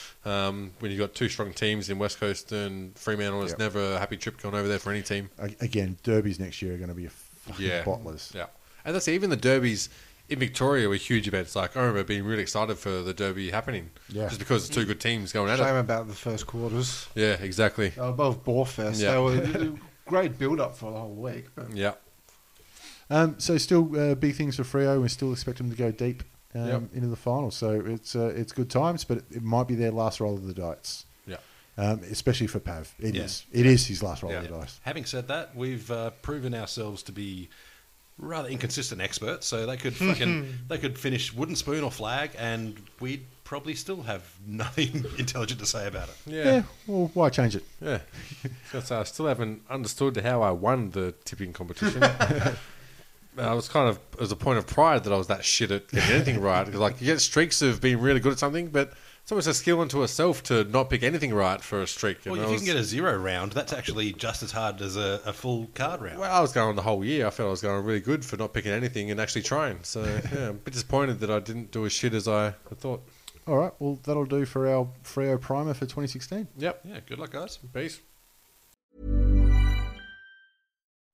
Um, when you've got two strong teams in West Coast and Fremantle, it's never a happy trip going over there for any team.
A- Again, derbies next year are going to be a fucking
Yeah.
bottlers.
Yeah. And that's even the derbies in Victoria were huge events. Like, I remember being really excited for the derby happening.
Yeah.
Just because it's two good teams going at
Shame
it.
about the first quarters.
Yeah, exactly.
They were both Borefest.
Yeah.
They were great build up for the whole week. But
Yeah.
Um, so still uh, big things for Frio. We still expect them to go deep. um,
Yep.
into the final. So it's uh, it's good times, but it, it might be their last roll of the dice.
Yeah.
Um, especially for Pav, It is
Yeah.
It is his last roll
Yeah.
of the dice.
Having said that, we've uh, proven ourselves to be rather inconsistent experts, so they could fucking they could finish wooden spoon or flag, and we'd probably still have nothing intelligent to say about it.
Yeah. Well, why change it?
Yeah. So I still haven't understood how I won the tipping competition. I was kind of it was a point of pride that I was that shit at getting anything right. 'Cause, like you get streaks of being really good at something, but it's almost a skill unto itself to not pick anything right for a streak. And
Well,
I
if you
was-
can get a zero round, that's actually just as hard as a, a full card round.
well, I was going the whole year. I felt I was going really good for not picking anything and actually trying. So yeah, I'm a bit disappointed that I didn't do as shit as I thought.
All right. Well, that'll do for our Freo primer for 2016.
Yep.
yeah, good luck, guys.
Peace.